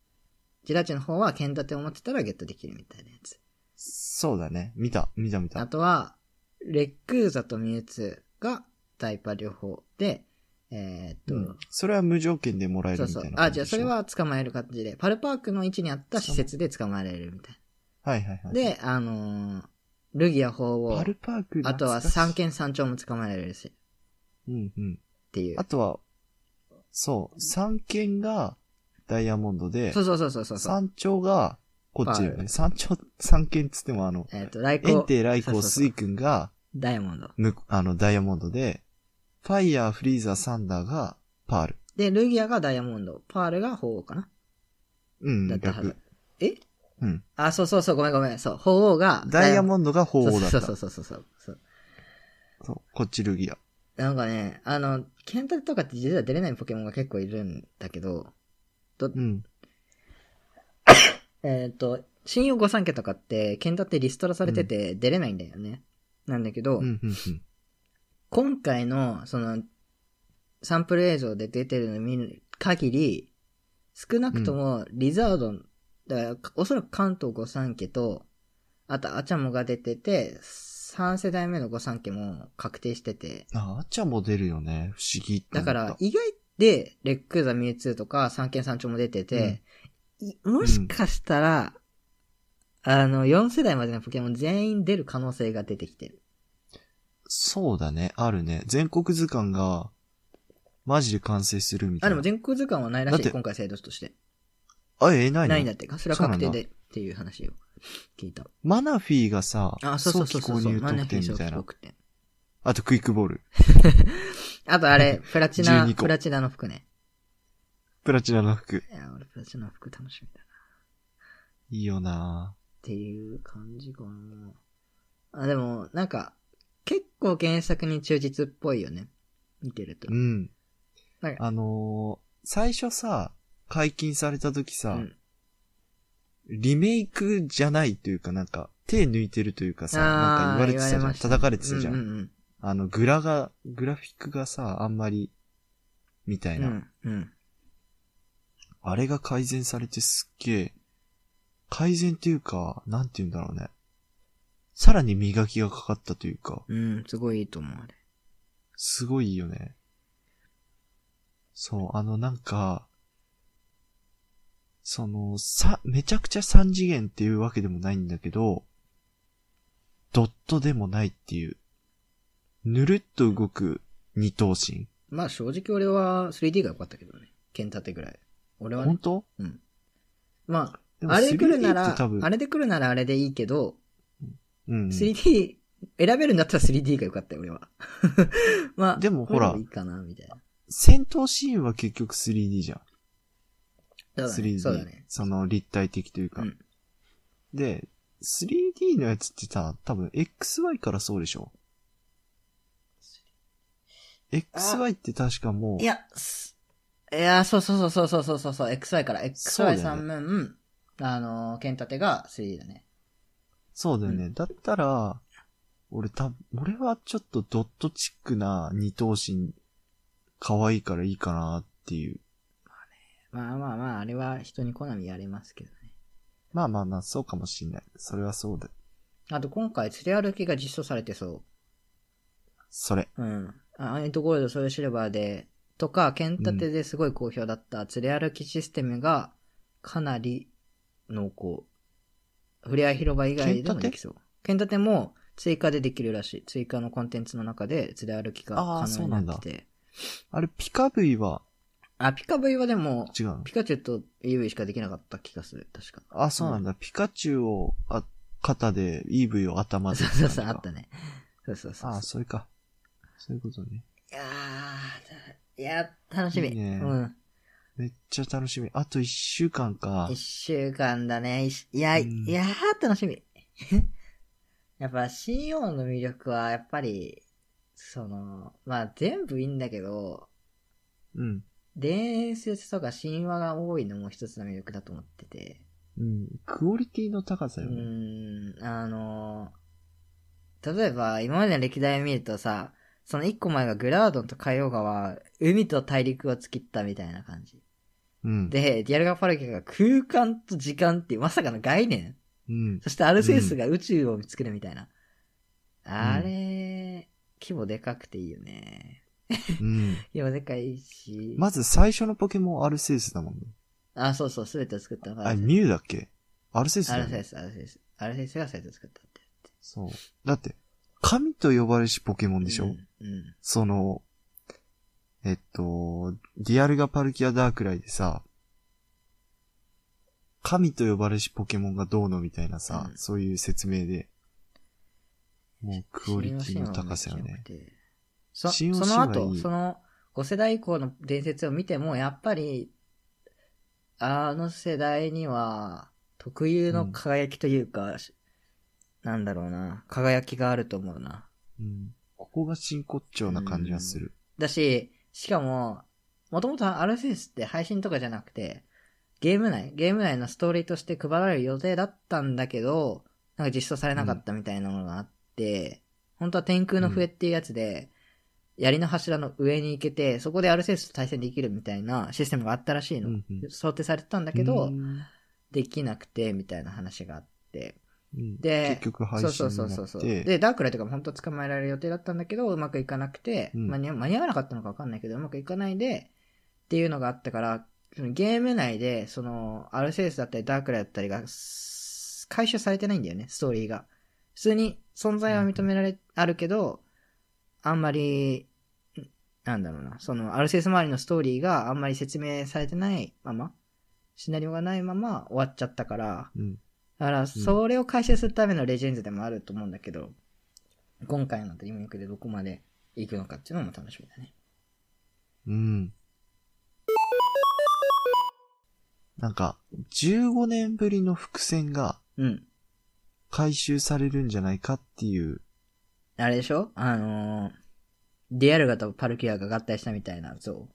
ジラチの方は剣立てを持ってたらゲットできるみたいなやつ。
そうだね。見た、見た見
あ
た。
とは、レックーザとミュウツーがダイパ両方で、えーっと、
うん。それは無条件でもらえ
そ
る
う
み
そ。
たいうな
あ、
感で
じ
しょ。
ゃあそれは捕まえる形で、パルパークの位置にあった施設で捕まえられるみたい
はいはい
な。
はい。、
で、あのールギア法
パ
を、
ルパーク
あとは
三
三剣三鳥も捕まえられるし、っ
うんうん。
ていう
あ。とは、そう、三軒がダイヤモンドで
そ、うそうそうそうそうそう。
山頂がこっちだよ
パー
ね。山頂、三軒つってもあの、
えっ、と、来
エ
光
ン。テイ、ライ
そ
コ
う
ウ、
そう
ス
そう
イ君が、
ダイヤモンド。
むあの、ダイヤモンドで、ファイヤー、フリーザー、サンダーがパール。
で、ルギアがダイヤモンド、パールが鳳凰かな
うん、
だったはず
逆。。
え
うん。
あ、そうそうそう、ごめんごめん。そう、鳳凰が
ダイヤ
ン
モンドが鳳凰だった。
そうそうそうそうそうそう。
そうこっちルギア。
なんかね、あの、ケンタとかって実は出れないポケモンが結構いるんだけど、
うん。
えっ、と、新用御三家とかって、ケンタってリストラされてて出れないんだよね。なんだけど、
うん、うん、うん。
今回の、その、サンプル映像で出てるの見る限り、少なくともリザードン、だからおそらく関東御三家と、あとアチャモが出てて、3世代目の御三家も確定してて、
あ、あちゃんも出るよね。不思議って思
だ
っ
か
た。
ら、意外で、レックーザ、ミュウツーとか、三軒三丁も出てて、いもしかしたら、あの、4世代までのポケモン全員出る可能性が出てきてる。
そうだね。あるね。全国図鑑が、マジで完成するみた
あ、
い
で
な。
も全国図鑑はないら
だっ
しい、
て
今回制度として。
あ、えー、ないの
ないんだってか、それは確定
そうな
でっていう話を聞いた。
マナフィーがさ、
あ、そうそうそうそう
早期購入
マナフ
特
ィー
典
賞
みたいな。
特典
あとクイックボール。
あとあ れ、プラチナ、
12個
プラチナの服ね。
プラチナの服。
いや、俺プラチナの服楽しみだな。っ
いいよな
ていう感じかな。あ、でも、なんか、結構原作に忠実っぽいよね。見てると
う。ん。
なんか
あのー最初さ、解禁された時さ、
うん
リメイクじゃないというかなんか、手抜いてるというかさ、なんか言われてたじゃん。叩かれてたじゃん。
うんうん
あの、グラが、グラフィックがさ、あんまり、みた
う
い
ん。う
な。
んうん。
あれが改善されてすっげえ、改善っていうか、なんて言うんだろうね。さらに磨きがかかったというか、
うん、すごいいいと思う、あれ。
すごいよね。そう、あのなんか、その、さ、めちゃくちゃ三次元っていうわけでもないんだけど、ドットでもないっていう、ぬるっと動く二等身。
まあ正直俺は 3D が良かったけどね。剣立てぐらい。俺は
本
ね。
当
うん。ま
で
あ、
も
あれで来るな
3D っ
ら
て多、分
あれで来るならあれでいいけど、
うん。
3D、選べるんだったら 3D が良かったよ、俺 は。まあ、
でもほら
これいいかな、みたいな。
戦闘シーンは結局 3D じゃん。
そうだね
3D。
そうだね。
その立体的というか。
うん
で、3D のやつってさ、多分 XY からそうでしょ ?XY って確かもう
い、や、すいや、そうそうそうそうそうそうそう、XY から、
そうだ
XY
よね
三分、あのー、剣立てが 3D だね。
そうだよね。だったら、俺た、俺はちょっとドットチックな二等身、可愛いからいいかなっていう。
まあまあまあ、あれは人に好みやれますけどね。
まあまあまあ、そうかもしんない。それはそうだ。
あと今回、連れ歩きが実装されてそ
それ。
う。うん。あアイトゴールド、ソイルシルバーで、とか、剣立てですごい好評だった、連れ歩きシステムが、かなり濃厚。ふれあい広場以外でもできそう。剣立ても追加でできるらしい。追加のコンテンツの中で、連れ歩きが
あー
可
そ
能
う
に
な
なん
だ
ってて。
あれ、ピカブイは
あ、ピカブイはでも、
違うの
ピカチュウとイーブイしかできなかった気がする。確か。
あ、そうなんだ。ピカチュウを、あ、肩で、EV を頭で。
そうそうそう、あったね。そうそうそうそう。
あ、それか。そういうことね。
いやー、いや、楽しみ。
いいね
うん。
めっちゃ楽しみ。あと一週間か
一。週間だね。いしいや、
うん
いやー、楽しみ。 やっぱ、新王の魅力は、やっぱり、その、まあ、全部いいんだけど、
うん。
伝説とか神話が多いのも一つの魅力だと思ってて。
うん。クオリティの高さ
う
よね。
ーん、あの、例えば、今までの歴代を見るとさ、その一個前がグラードンと海洋川、海と大陸を突きったみたいな感じ。
うん。
で、ディアルガ・パルキャが空間と時間っていうまさかの概念。
うん。
そしてアルセウスが宇宙を見つけるみたいな。あれ、規模でかくていいよね。
うん。
規模でかいし。
まず最初のポケモンアルセウスだもんね。
あ、そうそう、すべてを作ったのが
あ
ア
れ、
ルセウ
ミュウだっけアルセウス
ス。ア
だよ
ルセ
ね
ウ。ス、アルセウス。アルセウスが全てを作ったって。
そう。だって、神と呼ばれしポケモンでしょ、
うん。うん
その、えっと、ディアルガ・パルキア・ダークライでさ、神と呼ばれしポケモンがどうのみたいなさ、
うん
そういう説明で、もうクオリティの高さよ
信用
ね。
信用良くてそ
信用
そ
信用
の
はいい
後、その、 5世代以降の伝説を見ても、やっぱり、あの世代には、特有の輝きというか、しなんだろうな、輝きがあると思うな。
うん。ここが真骨頂な感じがする。
だし、しかも、もともと RSS って配信とかじゃなくて、ゲーム内、ゲーム内のストーリーとして配られる予定だったんだけど、なんか実装されなかったみたいなものがあって、本当は天空の笛っていうやつで、槍の柱の上に行けて、そこで RSS と対戦できるみたいなシステムがあったらしいの。
うんうん
想定されてたんだけど、
うん
できなくて、みたいな話があって。
うん
で
結局配信になって
そうそうそうそう。で、ダークライトが本当は捕まえられる予定だったんだけど、うまくいかなくて、
うん
間に合間に合わなかったのかわかんないけど、うまくいかないで、っていうのがあったから、そのゲーム内で、その、アルセウスだったりダークライトだったりが、す回収されてないんだよね、ストーリーが。普通に存在は認められ、あるけど、あんまり、んなんだろうな、その、アルセウス周りのストーリーがあんまり説明されてないまま、シナリオがないまま終わっちゃったから、
うん。
だから、それを回収するためのレジェンズでもあると思うんだけど、今回のリメイクでどこまで行くのかっていうのも楽しみだね。
うん。なんか、15年ぶりの伏線が
うん。
回収されるんじゃないかっていう。
あれでしょあのー、ディアルガとパルキュアが合体したみたいな像。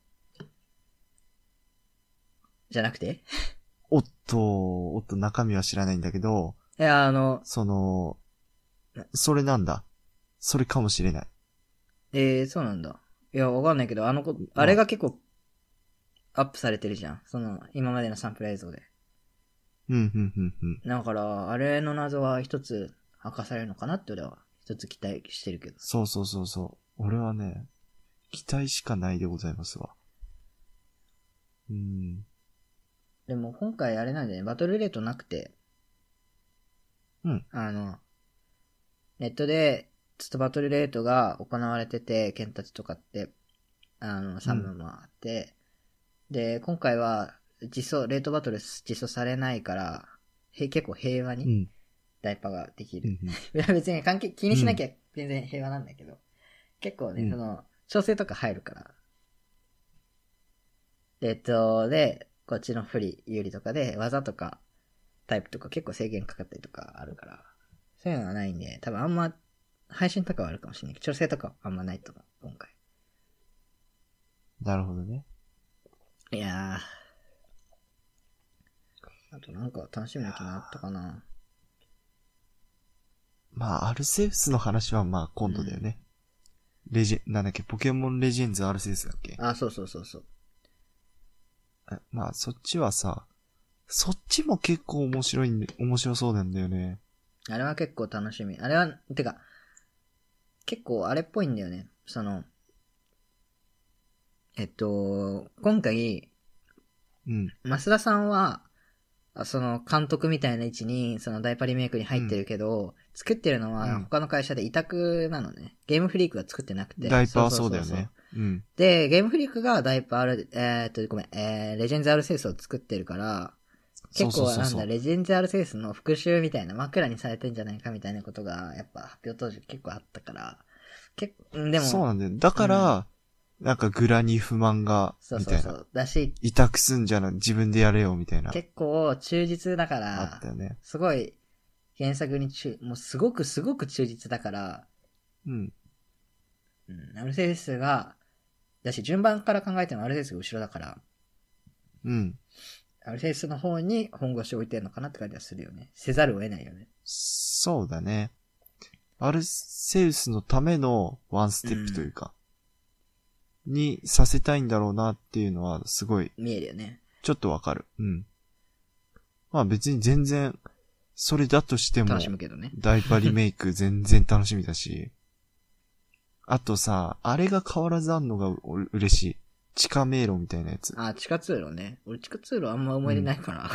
じゃなくて
おっと、おっと中身は知らないんだけど、
いや、あの、
その、それなんだ。それかもしれない。
えー、そうなんだ。いや、わかんないけど、あのこ、あれが結構、アップされてるじゃん。その、今までのサンプル映像で。
うん、うん、うん、うん。
だから、あれの謎は一つ明かされるのかなって俺は、一つ期待してるけど。
そうそうそうそう。俺はね、期待しかないでございますわ。うん。
でも今回あれなんだよね、バトルレートなくて。
うん。
あの、ネットで、ちょっとバトルレートが行われてて、ケンタチとかって、あの、サムもあって、で、今回は、実装、レートバトル実装されないから、へ結構平和
う
に
ん。
ダイパができ
う
る。
ん
いや別に関係、気にしなきゃ全然平和なんだけど、結構ね、
うん
その、調整とか入るから。えっと、で、こっちの不利、有利とかで、技とか、タイプとか結構制限かかったりとかあるから、そういうのはないんで、多分あんま、配信とかはあるかもしれないけど、調整とかはあんまないと思う、今回。
なるほどね。
いやー。あとなんか楽しみな気になったかな。
まあ、アルセウスの話はまあ今度だよね。レジェ、なんだっけ、ポケモンレジェンズアルセウスだっけ
あ、そうそうそうそう。
あまあ、そっちはさ、そっちも結構面白いんで、面白そうなんだよね。
あれは結構楽しみ。あれは、てか、結構あれっぽいんだよね。その、えっと、今回、
うん。
増田さんは、あその監督みたいな位置に、そのダイパリメイクに入ってるけど、作ってるの
う
は
ん
他の会社で委託なのね。ゲームフリークが作ってなくて。
ダイパーそうだよ
そうそう
ね
そう。
うん。
で、ゲームフリークがダイパール、えーっと、ごめん、えー、レジェンズ・アルセウスを作ってるから、
そう
結
そう
構
そ
な
うんそ
だ、
う。
レジェンズ・アルセウスの復習みたいな枕にされてんじゃないかみたいなことが、やっぱ発表当時結構あったから、結構、でも、
そうなんだよ。だから、なんかグラに不満が、
そう
み
そう
たい
そ
な。
う。だし、
委託すんじゃな、自分でやれよ、みたいな。
結構忠実だか
あ
ら
った、よね。
すごい、原作に忠、もうすごくすごく忠実だから、
うん。
うん、アルセウスが、だし順番から考えてもアルセウスが後ろだから、
うん。
アルセウスの方に本腰を置いてるのかなって感じはするよね。せざるを得ないよね。
そうだね。アルセウスのためのワンステップというか、にさせたいんだろうなっていうのは、すごい、
見えるよね。
ちょっとわかる。うん。まあ別に全然、それだとしても
楽、しむけどね。
ダイパリメイク 全然楽しみだし、あとさ、あれが変わらずあんのがうう嬉しい。地下迷路みたいなやつ。
あ、地下通路ね。俺地下通路あんま思い出ないから。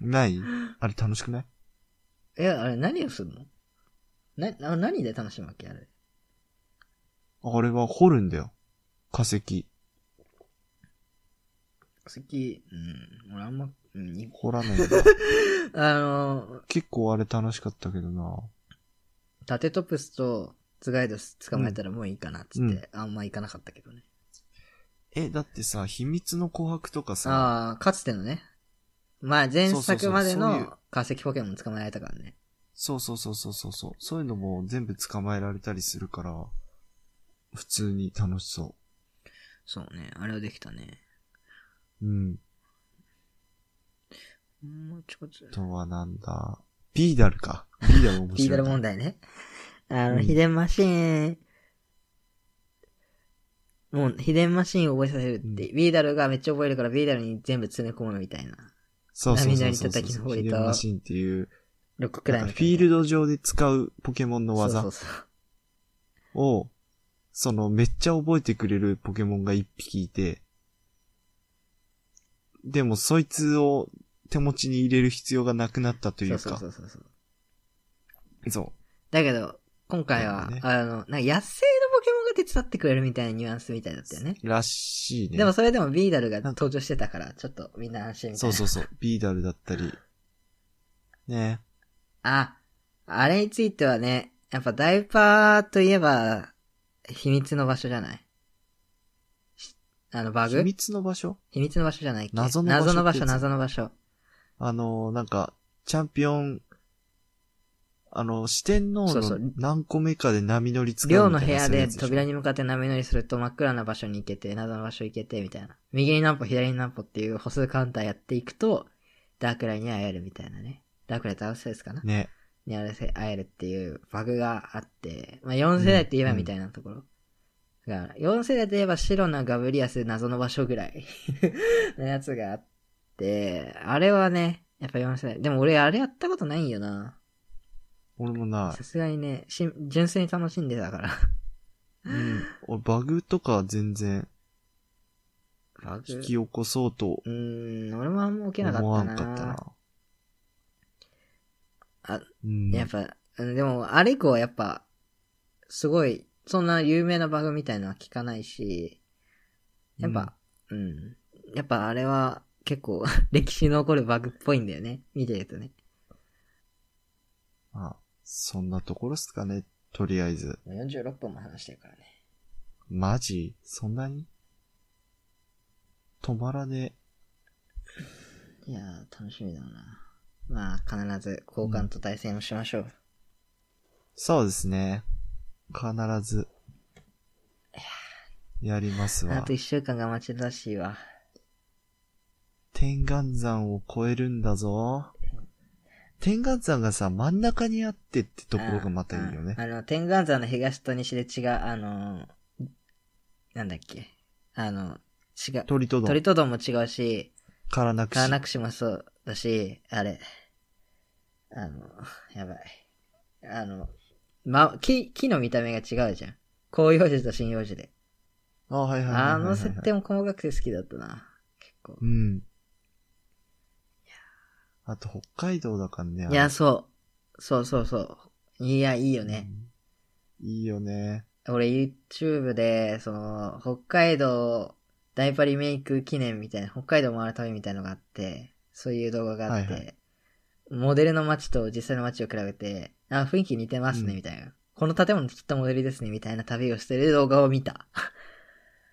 ないあれ楽しくない
え、あれ何をするのな、な何で楽しむわけあれ。
あれは掘るんだよ。化石。
好き、うん、俺あんま、うん、い
掘らないん だ。
あの、
結構あれ楽しかったけどな。
タテトプスとつがいドス捕まえたらもういいかなっつって、あんま行かなかったけどね。
え、だってさ、秘密の琥珀とかさ、
ああ、かつてのね。まあ前
そうそうそ
作
う
まで
そういう
の化石ポケモン捕まえられたからね。
そうそうそうそうそうそう、そういうのも全部捕まえられたりするから、普通に楽しそ
そうね。あれはできたね。
う。うん。
もうちょっと
あ。とはなんだ、ビーダルか。ビーダル面白
ビ
い。
ーダル問題ね。あ
う
の、
ん
秘伝マシーン、もう秘伝マシーンを覚えさせるって、ビーダルがめっちゃ覚えるからビーダルに全部詰め込むみたいな。
そうそうそう
波
そ
乗
う
り叩きの
そう。
方
ヒ
にと
デマシンっていう、
6個く
な
らい
ん
の
かフィールド上で使うポケモンの技
そうそうそう。
を、そのめっちゃ覚えてくれるポケモンが一匹いて、でもそいつを手持ちに入れる必要がなくなったというか、
そうそうそうそう。
そ
だけど、今回は、
そうだね
あの、なんか野生のポケモンが手伝ってくれるみたいなニュアンスみたいだったよね。
うらしいね。
でもそれでもビーダルが登場してたから、ちょっとみんな安心みた
そ
いうな。
そうそう、ビーダルだったり、ね。
あ、あれについてはね、やっぱダイパーといえば、秘密の場所じゃないしあのバグ
秘
秘
密の場所
密の場所じゃないっけ
謎の場所
謎の場
って
所、
やつ
謎の場所。
あのー、なんか、チャンピオン、あの、四天王
そうそ
の
う
何個目かで波乗り使うみたい
寮
な
の部屋
そういう
で
やつしょ
扉に向かって波乗りすると真っ暗な場所に行けて、謎の場所行けて、みたいな。右に何歩、左に何歩っていう歩数カウンターやっていくと、ダークライに会えるみたいなね。ダークライとアウスですかな、
ね。
に会える会えるっていうバグがあって、まあ、4世代といえばみたいなところ。が4世代といえば白なガブリアス謎の場所ぐらい のやつがあって、あれはね、やっぱ4世代。でも俺あれやったことないんよな。
俺もな
さすがにね、しん純粋に楽しんでたから。
い。うん。俺バグとかは全然
バグ
引き起こそうと
うーん、俺もあんま起きなか
思
った
わ
な。
んかったな。
あ、
うん。
やっぱ、うんでも、あれ以降はやっぱ、すごい、そんな有名なバグみたいのは聞かないし、やっぱ、うん、やっぱあれは結構 歴史に残るバグっぽいんだよね。見てるとね。
まあ、そんなところっすかね。とりあえず。
もう46分も話してるからね。
マジそんなに止まらね
いやー、楽しみだな。まあ、必ず交換と対戦をしましょう。
え。そうですね。必ず。やります
あ
わ
と。1週間が待ち遠しいわ。
天眼山を越えるんだぞ。天眼山がさ、真ん中にあってってところがまたいいよね
あ。あの、天眼山の東と西で違う、あのー、なんだっけ。あの、違う。
鳥とど
鳥
ん、
とどんも違うし、
からなくし
ガーナクシもそうだし、あれ。あの、やばい。あの、ま、木、木の見た目が違うじゃん。広葉樹と針葉樹で。
あ、はいはいはいはいはい
あの設定も細かくて好きだったな。結構。
うん。あと、北海道だからね。あ
い
れ
や、そう。そうそうそう。いや、いいよね。
うんいいよね。
俺 YouTube で、その、北海道ダイパリメイク記念みたいな、北海道回る旅みたいのがあって、そういう動画があって、
はいは
モデルの街と実際の街を比べて、あ、雰囲気似てますね、
うん
みたいな。この建物きっとモデルですね、みたいな旅をしてる動画を見た。あ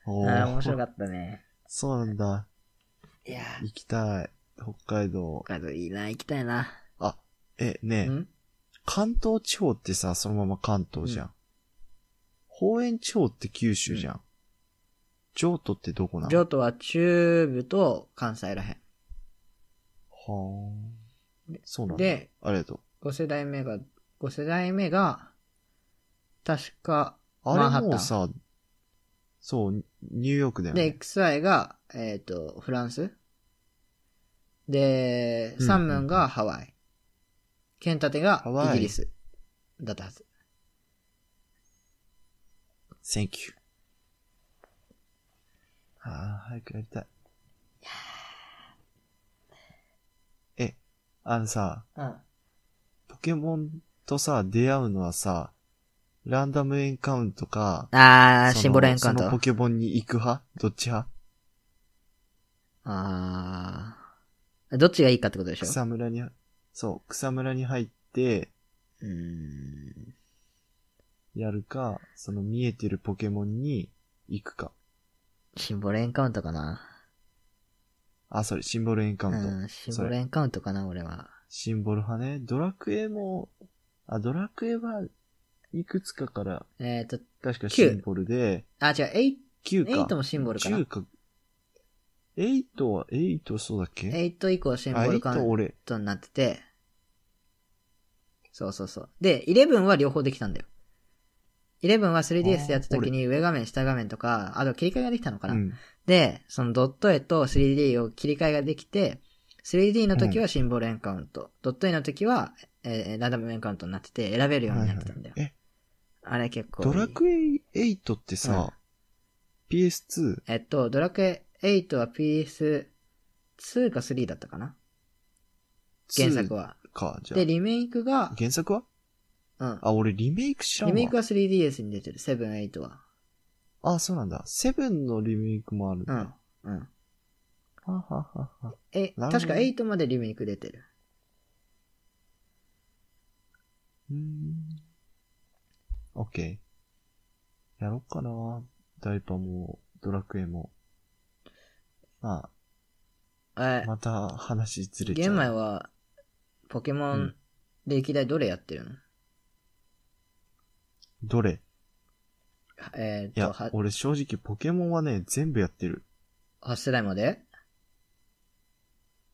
おー
ー面白かったね。
そうなんだ。
いやー、
行きたい。北海道。
北海道いいな、行きたいな。
あ、え、ねえ、
ん
関東地方ってさ、そのまま関東じゃん。方園地方って九州じゃん。上都ってどこなの
京都は中部と関西らへん。
はあ。そうなんだ。
で、
ありがとう。
5世代目が、5世代目が、確か、マンハ
あれ
ッ
も
タ
う
ン
さ、そう、ニューヨークだよ
で、
ね。
XY が、えっ、と、フランス。で、
うん
サンムンがハワイ。ケンタテが
ハワイ
イギリス。だったはず。
Thank you. ああ、早くやりたい。え、あのさ、
うん。
ポケモンとさ、出会うのはさ、ランダムエンカウントか、
あー、
その
シンボルエンカウン
そのポ
ト。
ケモンに行く派どっち派
あー。どっちがいいかってことでしょ
草むらに、そう、草むらに入って、
うーん。
やるか、その見えてるポケモンに行くか。
シンボルエンカウントかな。
あ、それ、シンボルエンカウント。
うん、シンボルエンカウントかな、俺は。
シンボル派ね。ドラクエも、あ、ドラクエはいくつかから、
えっ、と、
確かシ
九
ンボルで、
あ、違う、エイ
9か。
エイトもシンボルかな
10か。8は、8はそうだっけ
エイト以降シンボルカ
あ
ウ
8
ン
俺、
トになってて、そうそうそう。で、11は両方できたんだよ。11は 3DS やった時に上画面、下画面とか、あと切り替えができたのかな、
うん。
で、そのドット絵と 3D を切り替えができて、3D の時はシンボルエンカウント、ドット絵の時は、えーランダムエンカウントになってて、選べるようになってたんだよ。
はいはいえ、
あれ結構いい
ドラクエ8ってさ、PS2?
えっと、ドラクエ8は PS2 か3だったかな原作は。
2か、じゃ
で、リメイク
あ
が。、
原作は
うん。
あ、俺リメイク知らん
リ
わ。
メイクは 3DS に出てる、7、8は。
あ、そうなんだ。セブンのリメイクもあるん
う
だ。
ん。うん。
はははは。
え、
なるほ
確
ど
か8までリメイク出てる。
うーん。オッケー。やろっかな。ダイパも、ドラクエも。ま
え
あ、、また話ずれちゃ
玄
う。
米は、ポケモ
う
ン
ん
歴代どれやってるの、
どれ
えーっ
い
と、
や
は、
俺正直ポケモンはね、全部やってる。
8世代まで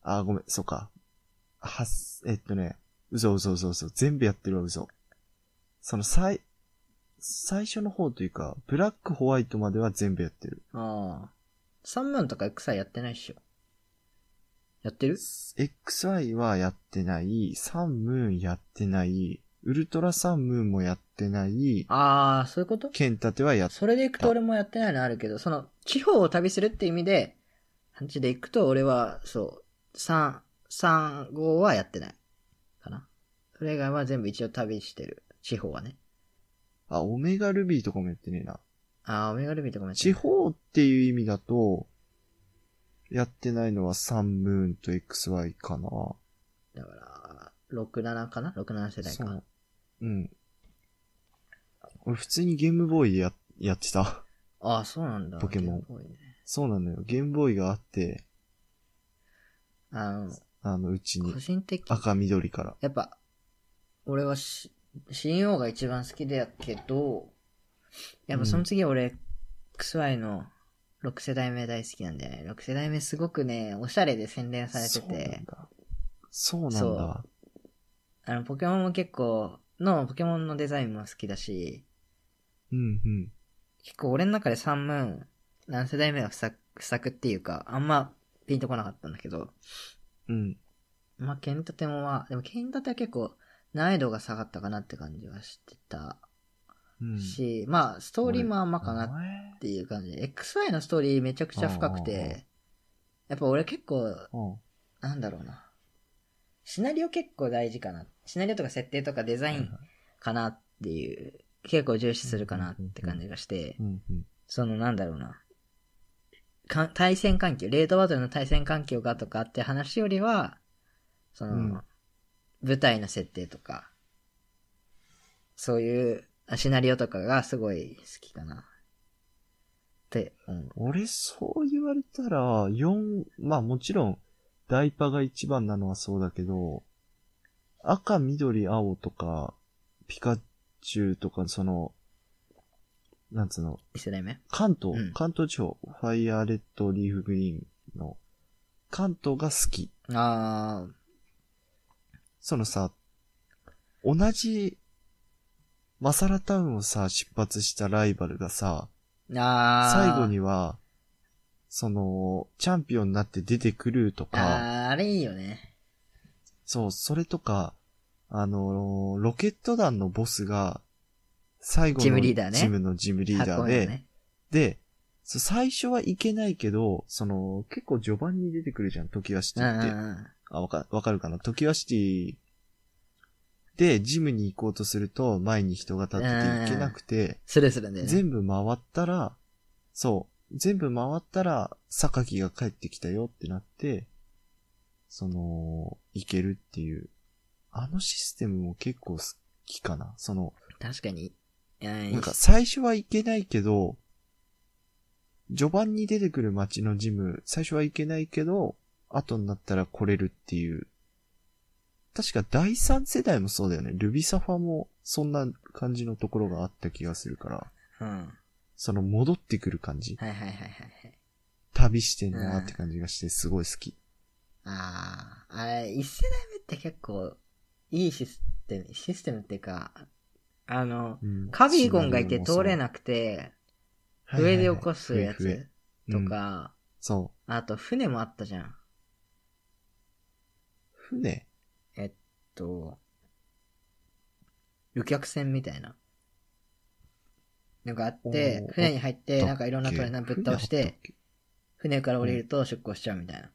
あー、ごめん、そうか。はす、えっとね、嘘嘘嘘嘘。全部やってるわ、嘘。その最、最初の方というか、ブラックホワイトまでは全部やってる。
ああ。3万とか X はやってないっしょ。やってる
XY はやってない、サンムーンやってない、ウルトラサンムーンもやってない、
ああ、そういうこと
剣立てはやっ、
それで行くと俺もやってないのあるけど、その、地方を旅するって意味で、話で行くと俺は、そう、3、3、5はやってない。かな。それ以外は全部一応旅してる。地方はね。
あ、オメガルビーとかもやってねえな。
ああ、オメガルビーとかもやって
地
る。
方っていう意味だと、やってないのはサンムーンと XY かな。
だから、6、7かな ?6、7世代
そ
か
う。。うん。俺普通にゲームボーイでや、やってた。
ああ、そうなんだ。
ポケモン
結構多いね
そうなのよ。ゲームボーイがあって、
あの、
あの、うちに
個。人的
赤緑から。
やっぱ、俺はし、新王が一番好きだけど、やっぱその次俺、XY の6世代目大好きなんだよね。6世代目すごくね、おしゃれで洗練されて
そうな
て
ん、だ。そうなん
そ
だ。
あの、ポケモンも結構、の、ポケモンのデザインも好きだし、
うんうん。
結構俺の中で3ムーン、何世代目は不作、不作っていうか、あんまピンとこなかったんだけど、
うん。
まあ、剣立てもまあ、でも剣立ては結構難易度が下がったかなって感じはしてた
うん。
し、まあ、ストーリーもあんまかなっ
お前
っていう感じで、XY のストーリーめちゃくちゃ深く
うんうんうん
て、やっぱ俺結構、
うん。
なんだろうな。シナリオ結構大事かな。シナリオとか設定とかデザインかなっていう、結構重視するかなって感じがして
う、んうん。
そのなんだろうな。か対戦環境、レートバトルの対戦環境がとかって話よりは、その、
うん
舞台の設定とか、そういうあシナリオとかがすごい好きかな。って思う。
俺、そう言われたら、4、まあもちろん、ダイパが一番なのはそうだけど、赤、緑、青とか、ピカチュウとか、その、なんつうの、
一世代目
関東、
うん
関東地方、ファイアーレッド、リーフグリーンの、関東が好き。
あ
そのさ、同じ、マサラタウンをさ、出発したライバルがさ、
ー、あー。
最後には、その、チャンピオンになって出てくるとか、
あー、あれいいよね。
そう、それとか、あのー、ロケット団のボスが、最後の
ジムリーダーね
チームのジムリーダー
箱
で、
のね。
で、そう最初はいけないけど、その、結構序盤に出てくるじゃん、時はシテ
うんうん
ィって。
うん。
あ、わか、わかるかな時はシティで、ジムに行こうとすると、前に人が立ってて行けなくて、
スルスルでね。
全部回ったら、そう、全部回ったら、榊が帰ってきたよってなって、その、行けるっていう。あのシステムも結構好きかな。その、
確かに。うん
なんか最初はいけないけど、序盤に出てくる街のジム、最初はいけないけど、後になったら来れるっていう。確か第3世代もそうだよね。ルビサファもそんな感じのところがあった気がするから、
うん。はい
その戻ってくる感じ、
はいはいはいはい。
旅してんなーって感じがしてすごい好き。
ああ、あれ、一世代目って結構、いいシステム、システムっていうか、あの、
うん
カビゴンがいて通れなくて、笛で起こすや。
はいはいはい
つとか、
そう。
あと船もあったじゃん。
船
えっと、旅客船みたいな。なんかあって
お、ー
船に入っ
あ
て、
った
なんかいろんなトレーナーぶっ倒し
船あった
て
っ、け
船から降りると出航しちゃうみたいな。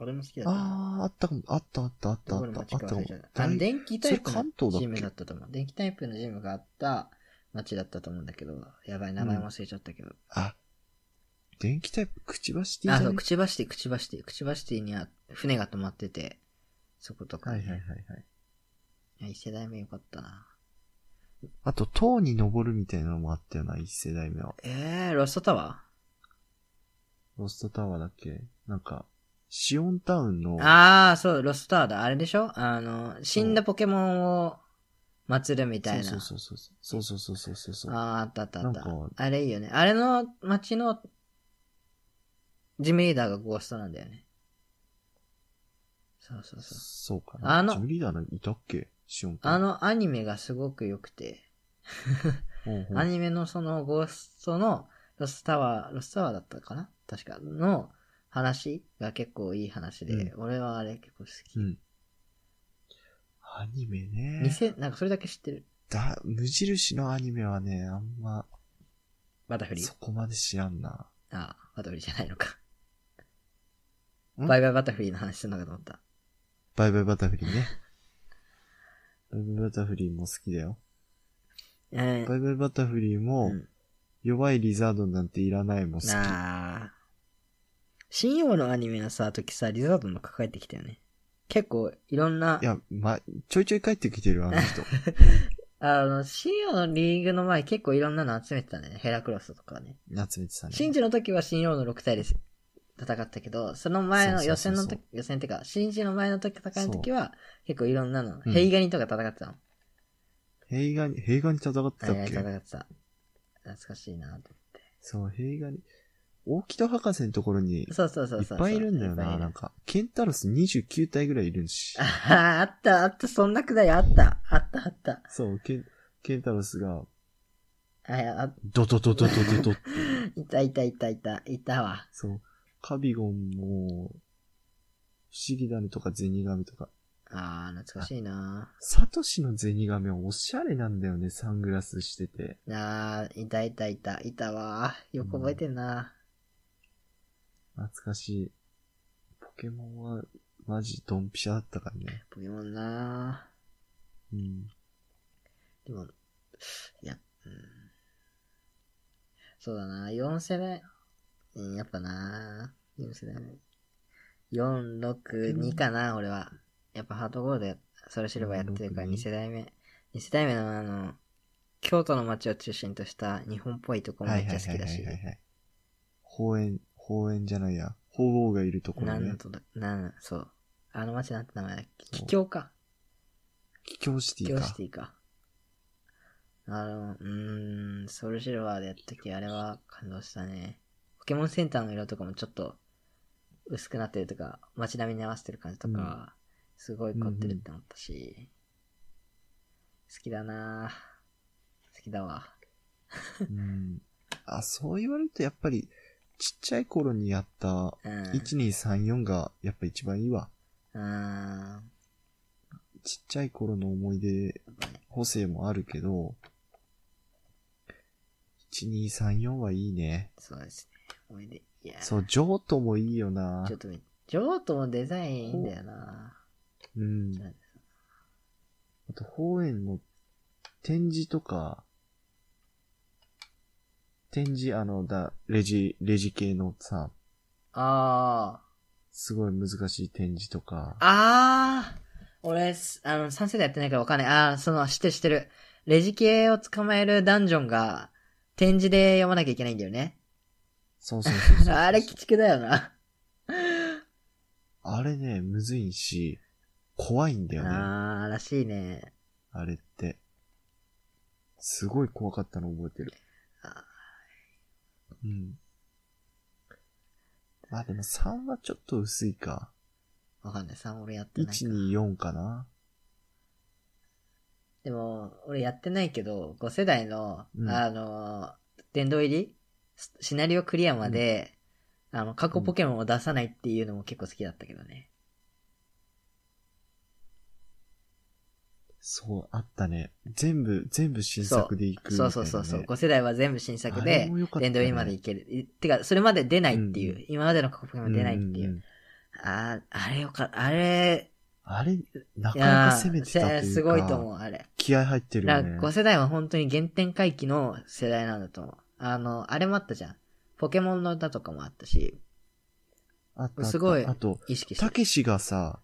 俺も好きだったな。
あー、あったかも、あったあったあったあ
どこの
った。あっ
町
た
か
か
忘
も
れちゃった。あの、電気タイプ
それ関東
の
だっけ
ジムだったと思う。電気タイプのジムがあった町だったと思うんだけど、やばい、名前忘れちゃったけど。
あ、電気タイプ、くちばしティー
あ、
じ
そ
ゃ
う、
ね
クチバシティ、クチバシティ、クチバシティには船が止まってて、そことか、
はいはいはい
い
はい。
や。一世代目よかったな。
あと、塔に登るみたいなのもあったよな、一世代目は。
えー、ロストタワ
ロストタワーだっけなんか、シオンタウンの
ー、あー、そう、ロストタワーだ。あれでしょあの、死んだポケモンを祀るみたいな。
そうそうそうそう。そうそうそうそうそう。
あー、あったあったあった
なんか。
あれいいよね。あれの街の、ジムリーダーがゴーストなんだよね。そうそうそう。
そうかな。
あの
ジムリーダーのいたっけシオンタウン。
あのアニメがすごく良くて、
うんうん
アニメのそのゴーストのロスタワー、ロスタワーだったかな確かの話が結構いい話で、俺はあれ結構好き。
うん。アニメね。
2000なんかそれだけ知ってる。
だ、無印のアニメはね、あんま、
バタフリー
そ。こまで知らんな。
ああ、バタフリーじゃないのか。
ん
バイバイバタフリーの話するのかと思った。
バイバイバタフリーね。バイバイバタフリーも好きだよ。
え
バイバイバタフリー
ー、
も、
うん
弱いリザードなんていらないも好き。、
なあ。新王のアニメのさ、時さ、リザードンも抱えてきたよね。結構、いろんない
や、ま、ちょいちょい帰ってきてる、あ の人。
あの、新王のリーグの前結構いろんなの集めてたんだよね。ヘラクロスとかね。
夏目さんね。
新次の時は新王の6対です戦ったけど、その前の
そうそ
予
うそうそう
選の時、予選ってか、新次の前の時戦いの時は、結構いろんなの、
うん
ヘイガニとか戦ってたの。
平画に、平画に戦って
あ
た
れ
っけ
戦ってた。懐かしいなと思って。
そう、平画に。大北博士のところに、いっ
そうそうそうそう。
ぱいいるんだよ
いっぱ
な、
いいる
なんか。ケンタロス29体ぐらいいる し
あ。ーあった、あった、そんなくだりあった。あった、あった。
そう、ケン、ケンタロスが、
あ、あ
ドドドドドドドって。
いたいたいたいた、いたわ。
そう。カビゴンも、不思議種とかゼニガメとか。
あー、懐かしいな
サトシのゼニガメはおしゃれなんだよね、サングラスしてて。
あー、いたいたいた、いたわ。よく覚えてんな、
懐かしい。ポケモンは、マジドンピシャだったからね。
ポケモンな
うん。
でも、いや、うん。そうだな4世代。うん、やっぱな4世代。4、6、2かな、俺は。やっぱハードゴールドや、それ知ればやってるから
4 6 2
2世代目。2世代目のあの、京都の街を中心とした日本っぽいとこも
は
め
い
っ
は
ち
い
ゃ好
はい
き
は
だ
い
し
は。い。公園、公園じゃないや。鳳凰がいるところ
なんだ
ね。
とだ、なんだ、そう。あの街なんて名前だっけ
そう
桔梗か。
キキョウシテ
桔
ィ
梗
か
シ。ティか。あの、うーん、ソウルシルバーでやった時、あれは感動したね。ポケモンセンターの色とかもちょっと薄くなってるとか、街並みに合わせてる感じとか、すごい凝ってるって思ったし、好きだなぁ好きだわ。
うん。あ、そう言われるとやっぱり、ちっちゃい頃にやった、
うん。う
1234がやっぱ一番いいわ。
ーん。
ちっちゃい頃の思い出、補正もあるけど、1234はいいね。
そうですね。思い出。いや
そう、ジョートもいいよな
ちょっ。とみ、ジョートもデザインいいんだよな
うん。あと、法園の展示とか、展示、あの、だ、レジ、レジ系のさ、
あ
すごい難しい展示とか
あ。、ああ。俺、すあの、3世代やってないからわかんない。ああ、その、知ってる知ってる。レジ系を捕まえるダンジョンが、展示で読まなきゃいけないんだよね。
そうそうそうそ う
あれ、鬼畜だよな。
あれね、むずいし、怖いんだよね。あ
あー、らしいね。
れって。すごい怖かったの覚えてる
あ。
うん。まあでも3はちょっと薄いか。
わかんない。3俺やってないか
1、
ら。
2、4かな。
でも、俺やってないけど、5世代の、
うん
あの、殿堂入りシシナリオクリアまで、あの、過去ポケモンを出さないっていうのも結構好きだったけどね。
そう、あったね。全部、全部新作でいくみたいな
そ
ね。
うそうそうそう。5世代は全部新作
あれ
で
も良か、ったね
殿堂入りまでいける。いてか、それまで出ないっていう。
うん
今までの過去ポケモン出ないっていう。
んんん
あーあれよかあれ、
あれ、なか
い
な
や
か攻めてたという
ー
か。
すごいと思う、あれ。
気合入ってるよ
なん
ね。
か5世代は本当に原点回帰の世代なんだと思う。あの、あれもあったじゃん。ポケモンの歌とかもあったし、
あったあった
すごい
あと、
意識して
た
る。
けしがさ、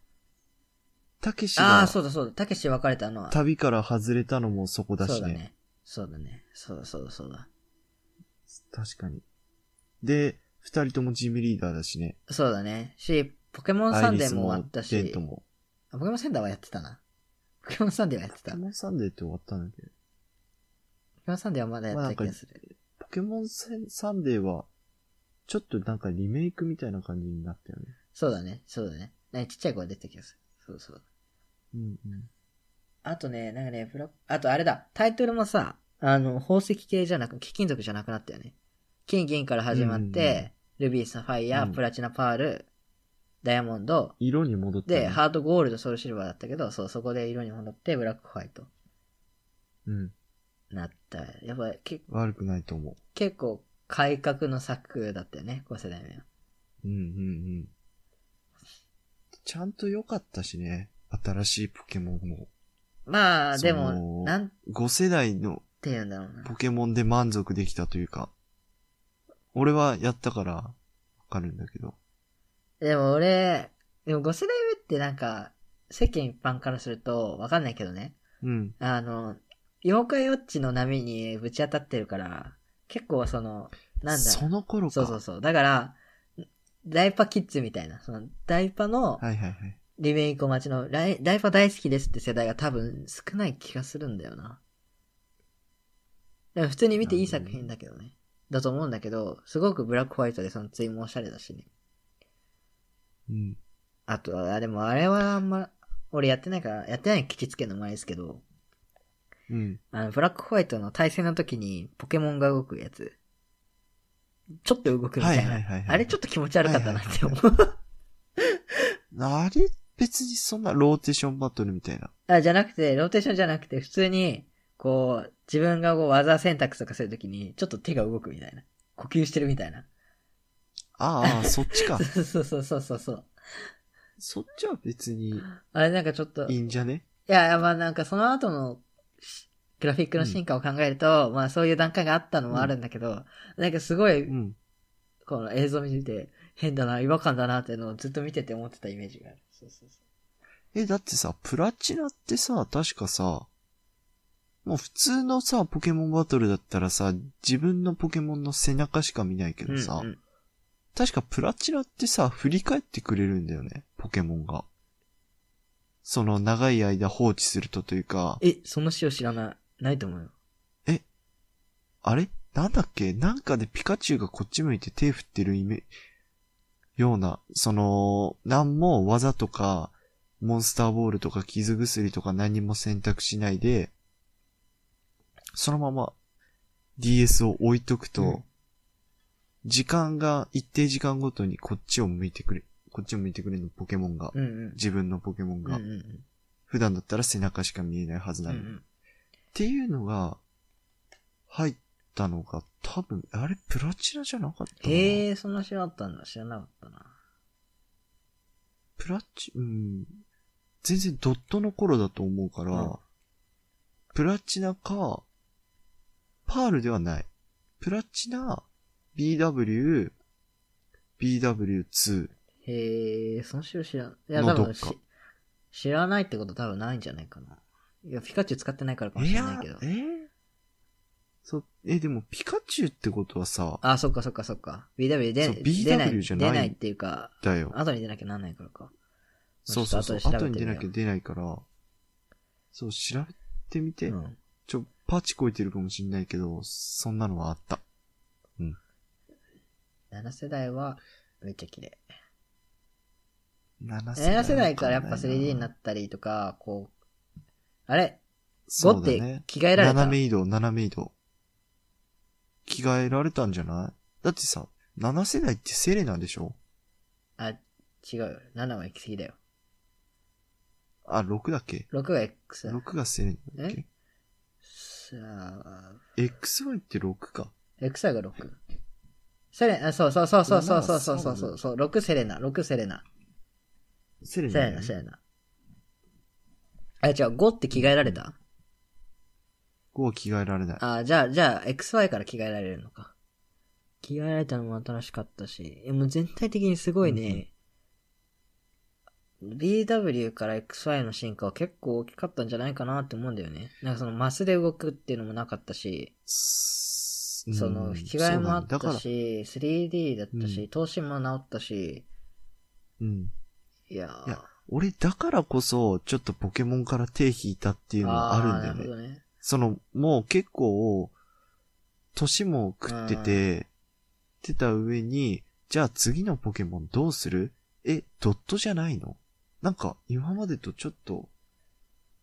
たけし
ああ
が
ー、そうだそうだ。たけし別れたのは。
旅から外れたのもそこだ
そう
し
だ
ね。
ね。そうだね。そうだそうだそうだ。
確かに。で、二人ともチームリーダーだしね。
そうだね。し、ポケモンサ
アイ
ン
リ
デー
ス
もあ
も
った
デン
し
ト、も。
あポケモンサンデーはやってたな。ポケモンサンデーはやって
ポ
た。
ケ
ポケ
モンサンデーって終わったんだけど。
モンサンデーはまだやってた気がする。
ポケモンサンデーは、ちょっとなんかリメイクみたいな感じになったよね。
そうだね。そうだね。なんかちっちゃい子が出てた気がする。そうそう。
うんうん。
あとね、なんかね、ブラあとあれだ。タイトルもさ、あの、宝石系じゃなく、貴金属じゃなくなったよね。金銀から始まって、ルビー、サファイア、
うん
プラチナ、パール、ダイヤモンド、
色に戻った、ね。
で、ハートゴールド、ソウルシルバーだったけど、そう、そこで色に戻って、ブラックホワイト
うん。
なった。やっぱけ
悪くないと思
結構改革の策だったよね、5世代目は。
う。うんうんうん。ちゃんと良かったしね。新しいポケモンも。
まあ、
そ
で
の
も、なん
5世代の
て言うんだろうな。
ポケモンで満足できたというか。俺はやったから、わかるんだけど。
でも俺、でも5世代目ってなんか、世間一般からすると、わかんないけどね。
うん。
あの、妖怪ウォッチの波にぶち当たってるから、結構その、なんだ
その頃か。
そうそうそう。だから、ダイパキッズみたいな、その、ダイパの、
はいはいはい。
リメイクお待ちの、ライダイパ大好きですって世代が多分少ない気がするんだよな。でも普通に見ていい作品だけどね。だと思うんだけど、すごくブラックホワイトでそのツイもおしゃれだしね。
うん。
あとは、あれもあれはあんま、俺やってないから、やってない聞きつけるのもあれですけど、
うん。
あの、ブラックホワイトの対戦の時にポケモンが動くやつ。ちょっと動くみたいな。
はいはいはいはい
あれちょっと気持ち悪かったなって思う。
あれ、別にそんなローテーションバトルみたいな。
あ、じゃなくて、ローテーションじゃなくて、普通に、こう、自分がこう技選択とかするときに、ちょっと手が動くみたいな。呼吸してるみたいな。
あーあー、そっ ちか。
そうそうそうそうそうそう。
そっちは別に
あれなんかちょっと、
い
い
いんじゃね
や、まあなんかその後のし、グラフィックの進化を考えると、まあそういう段階があったのもあるんだけど、なんかすごい、
うん。
この映像見てて、変だな、違和感だなっていうのをずっと見てて思ってたイメージがある。そうそうそう。
え、だってさ、プラチナってさ、確かさ、もう普通のさ、ポケモンバトルだったらさ、自分のポケモンの背中しか見ないけどさ、
うんうん
確かプラチナってさ、振り返ってくれるんだよね、ポケモンが。その長い間放置するとというか、
え、その仕様知らない。ないと思うよ。
あれなんだっけなんかでピカチュウがこっち向いて手振ってるイメ、ような、その、なんも技とか、モンスターボールとか傷薬とか何も選択しないで、そのまま DS を置いとくと、
うん
時間が一定時間ごとにこっちを向いてくれ、こっちを向いてくれるのポケモンが、
うんうん。
自分のポケモン
うんう
が、
んうん。
普段だったら背中しか見えないはず
うん
な
う
のに、
ん
っていうのが、入ったのが、多分、あれ、プラチナじゃなかったかな
へえ、そんな知らなかったんだ。知らなかったな。
プラチ、うん。全然ドットの頃だと思うから、
うん
プラチナか、パールではない。プラチナ、BW、BW2。
へえ、その種類知らん。いや、
の
多
どっ
分
か
し、知らないってこと多分ないんじゃないかな。いや、ピカチュウ使ってないからかも
い
しれ
や
ないけど。
えーそ、え、でもピカチュウってことはさ、
あ、そっかそっかそっか。BW
そう
で、
BW
出ない、
じゃ
出
ない
ないっていうか、
だよ。
後に出なきゃなんないからか。
そうそうそう。
ちょっと
後
後
に
で調べて
出
みよう
なきゃ出ないから、そう、調べてみて、
うん。
ちょ、パチ超えてるかもしんないけど、そんなのはあった。
7世代は、めっちゃ綺麗。
7
7世代からやっぱ 3D にな
て、
ったりとか、こう、あれ
そ
?5
う
っ
だ
て
ね。
着替えられた、
斜め移動、斜め移動。着替えられたんじゃないだってさ、7世代ってセレナでしょ
あ、違うよ。7は行き過ぎだよ。
あ、6だっけ
6が X だ。
?6 がセレナだっけ
さあ、
?XY って6か。
X が6。セレナ、そうそうそうそうそうそうそうそうそうそう、6セレナ、6セレナ。
セレナ
セ
だ
レ
よね、
ナ、セレナ。あ、違う、5って着替えられた
5は着替えられない。
あ、じゃあ、じゃあ、XY から着替えられるのか。着替えられたのも新しかったし、えもう全体的にすごいね、BW から XY の進化は結構大きかったんじゃないかなって思うんだよね。なんかそのマスで動くっていうのもなかったし、
そ
その、引き替えもあっ
だか
た
ら、
し、3D だった
う
し、投資も治ったし、
うん。
いや
い
ー
や俺、だからこそ、ちょっとポケモンから手引いたっていうのはあるんだ
ーな
よね
る。ほどね。
その、もう結構、年も食ってて、ってた上に、じゃあ次のポケモンどうするえ、ドットじゃないのなんか、今までとちょっと、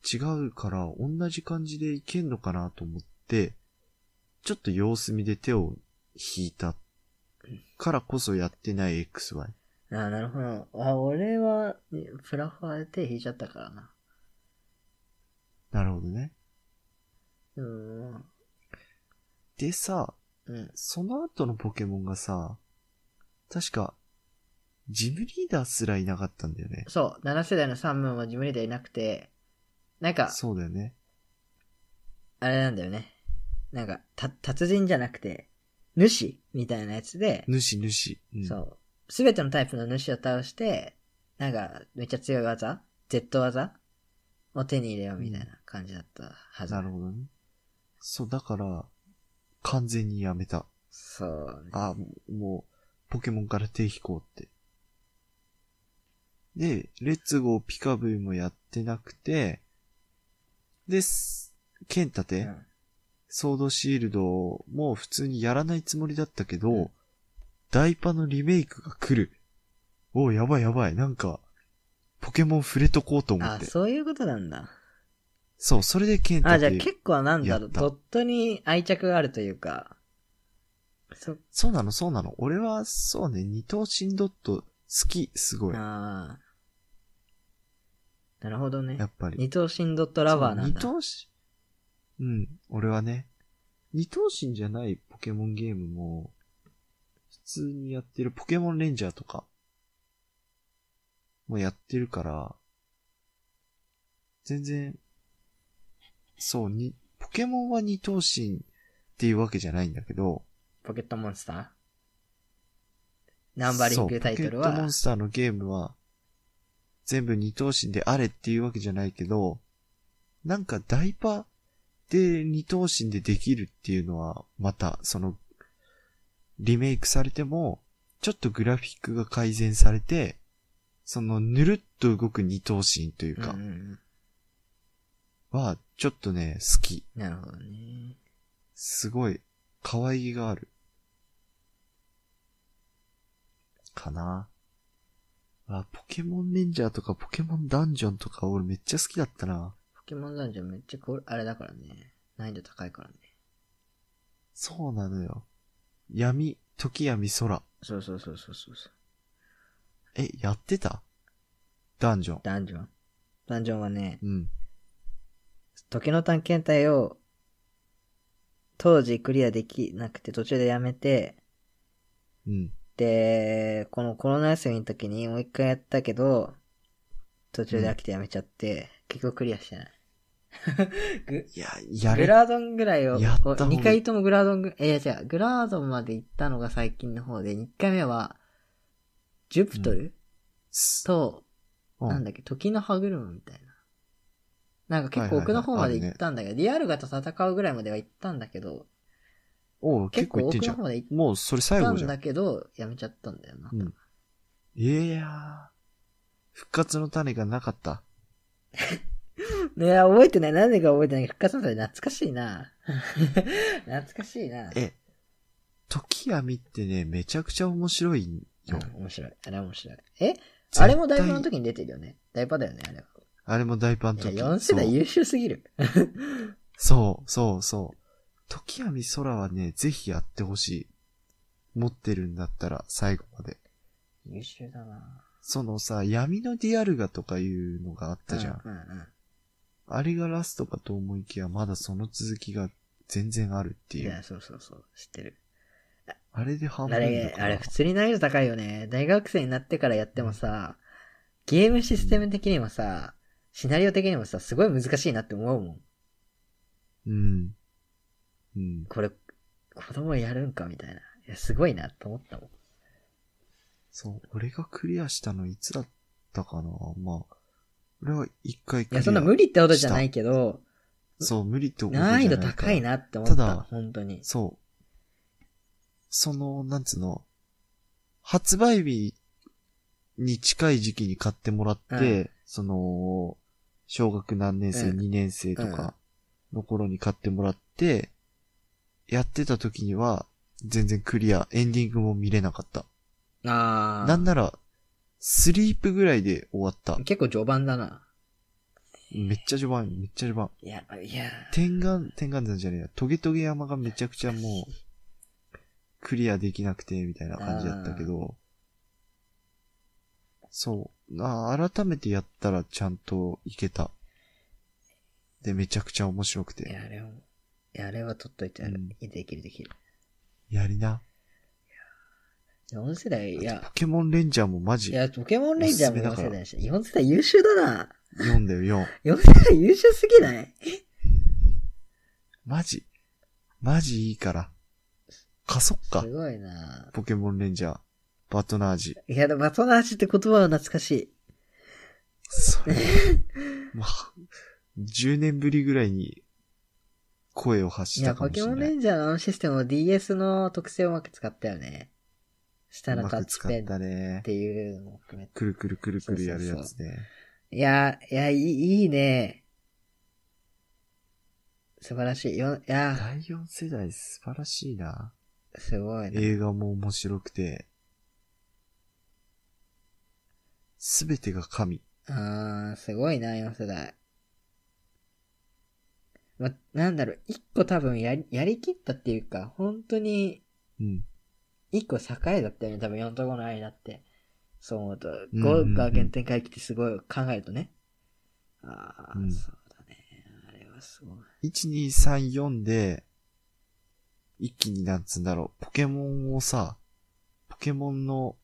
違うから、同じ感じでいけんのかなと思って、ちょっと様子見で手を引いたからこそやってない XY。
あーなるほど。あ、俺は、プラファーで手引いちゃったからな。
なるほどね。
うーん。
でさ、
うん。
その後のポケモンがさ、確か、ジムリーダーすらいなかったんだよね。
そう、7世代の3分は自分ではいなくて、なんか、
そうだよね。
あれなんだよね。なんか、た、達人じゃなくて、主みたいなやつで、
主主。うん、
そう、すべてのタイプの主を倒して、なんか、めっちゃ強い技 ?Z 技を手に入れようみたいな感じだったはず。
なるほどね。そう、だから、完全にやめた。
そうね。
あもう、ポケモンから手引こうって。で、レッツゴーピカブーもやってなくて、で、す剣立て、
うん
ソードシールドも普通にやらないつもりだったけど、
うん
ダイパのリメイクが来る。おうやばいやばい。なんか、ポケモン触れとこうと思っ
あ、
て。
そういうことなんだ。
そう、それで剣立て。
あ、じゃあ結構なんだろ
や
う、
った
ドットに愛着があるというか、そっ
そうなの、そうなの。俺は、そうね、二頭身ドット、好き、すごい。や
あーなるほどね。
っぱり。
二等身ドットラバーなんだ。
そう二頭身。うん、俺はね。二頭身じゃないポケモンゲームも、普通にやってるポケモンレンジャーとか、もやってるから、全然、そう、に、ポケモンは二頭身っていうわけじゃないんだけど、
ポケットモンスターナンバリングタイトル
そうポケットモ
は
ン、スターのゲームは、全部二等身であれっていうわけじゃないけど、なんかダイパで二等身でできるっていうのは、また、その、リメイクされても、ちょっとグラフィックが改善されて、その、ぬるっと動く二等身という
うんう
か
ん、うん
は、ちょっとね、好き。
なるほどね。
すごい、可愛げがある。かな。あ、ポケモンレンジャーとかポケモンダンジョンとか俺めっちゃ好きだったな。
ポケモンダンジョンめっちゃこれ、あれだからね。難易度高いからね。
そうなのよ。闇、時闇空。
そうそうそうそうそうそう。
え、やってたダンジョン。
ダンジョン。ダンジョンはね、
うん。
時の探検隊を、当時クリアできなくて途中でやめて、
うん。
で、このコロナ休みの時にもう一回やったけど、途中で飽きてやめちゃって、結局クリアしてない。
いや、や
グ
れ。
ラードンぐらいを、
やった
こう
方が
2回ともグラードンぐ、え、いや違う、グラードンまで行ったのが最近の方で、1回目は、ジュプトル、
す
と、
う
なん
ん。
だっけ、時の歯車みたいな。なんか結構
はいはい
奥
はい
の方まで
あるね
行ったんだけど、リアルガと戦うぐらいまでは行ったんだけど、
おう
結
結
構
構いっ
奥
てんじゃ
の方
ん。
まで行っ
もうそれ最
た
後
ん
じゃ
だ
ん。
けど、やめちゃったんだよな。
うんいやー。復活の種がなかった。
いや、覚えてない。何でか覚えてないけど。復活の際懐かしいな。 懐かしいな。
え、時闇ってね、めちゃくちゃ面白いよ。
うん面白い。あれ面白い。えあれもダイパの
絶対
時に出てるよね。ダイパだよね、あれは。
あれも大パンの時
いや、4世代優秀すぎる。
そう、そう、そう。時闇空はね、ぜひやってほしい。持ってるんだったら、最後まで。
優秀だな。
そのさ、闇のディアルガとかいうのがあったじゃん。
うんうんうん。
あれがラストかと思いきや、まだその続きが全然あるって
い
い
や、
う。
そうそうそう。知ってる。
あれで半
あ
分だ
れ、
から
あれ普通に難易度高いよね。大学生になってからやってもさ、ゲームシステム的にもさ、シナリオ的にもさ、すごい難しいなって思うもん。
うん。うん。
これ、子供やるんかみたいな。いや、すごいなと思ったもん。
そう、俺がクリアしたのいつだったかなまあ、俺は一回
い
クリア
や、そんな無理ってことじゃないけど、
そう、無理ってことじゃな
難
い
易
か
度
ら
高いなって思った
だ
た。本当に。
そう。その、なんつうの、発売日に近い時期に買ってもらって、
うん
その、小学何年生、
うん
2年生とかの頃に買ってもらって、やってた時には、全然クリア、エンディングも見れなかった。
あ
なんなら、スリープぐらいで終わった
あ。。結構序盤だな。
めっちゃ序盤、めっちゃ序盤。
いや、いや。
天眼、天眼山じゃねえや。トゲトゲ山がめちゃくちゃもう、クリアできなくて、みたいな感じだったけど、そう。あー改めてやったらちゃんといけた。で、めちゃくちゃ面白く
いや、
て。
あれを、いや、あれは取っといてや
う
る
ん。
できるできる。
やりな。
4世代、いや
ポ、ケモンレンジャーもマ
い
ジ。
や、ポケモンレンジャーも4
おすすめだから
世代だし、4世代優秀だな。
読んだよ、4。
4世代優秀すぎない
マジ。マジいいから。貸そっか
す。ごいな。
ポケモンレンジャー。バトナージ。
いや、でもバトナージって言葉は懐かしい。
そ れ、まあ、10年ぶりぐらいに声を発
い
した
や、
か
ポ
もし
ケ
れ
モン
な
レ
い。
ンジャーのあのシステムを DS の特性をうまく使ったよね。した
う
ら
ま
タッ
く
チ
使
ペ
っ
ンった
ね。
ていうのも含めて。
くるくるくるくるやるやつね。
いや、いや、いい、いいね。素晴らしい。よ、いや、
第4世代素晴らしいな。
すごいな。
映画も面白くて。すべてが神。
あー、すごいな、4世代。ま、なんだろう、一個多分やり、やりきったっていうか、本当に、
うん。
一個栄えだったよね、多分4と5の間って。そう思うと、
うんうんう
5
ん
が原点回帰ってすごい考えるとね。あー、
うん
そうだね。あれはすごい。
1、2、3、4で、一気になんつうんだろう。ポケモンをさ、ポケモンの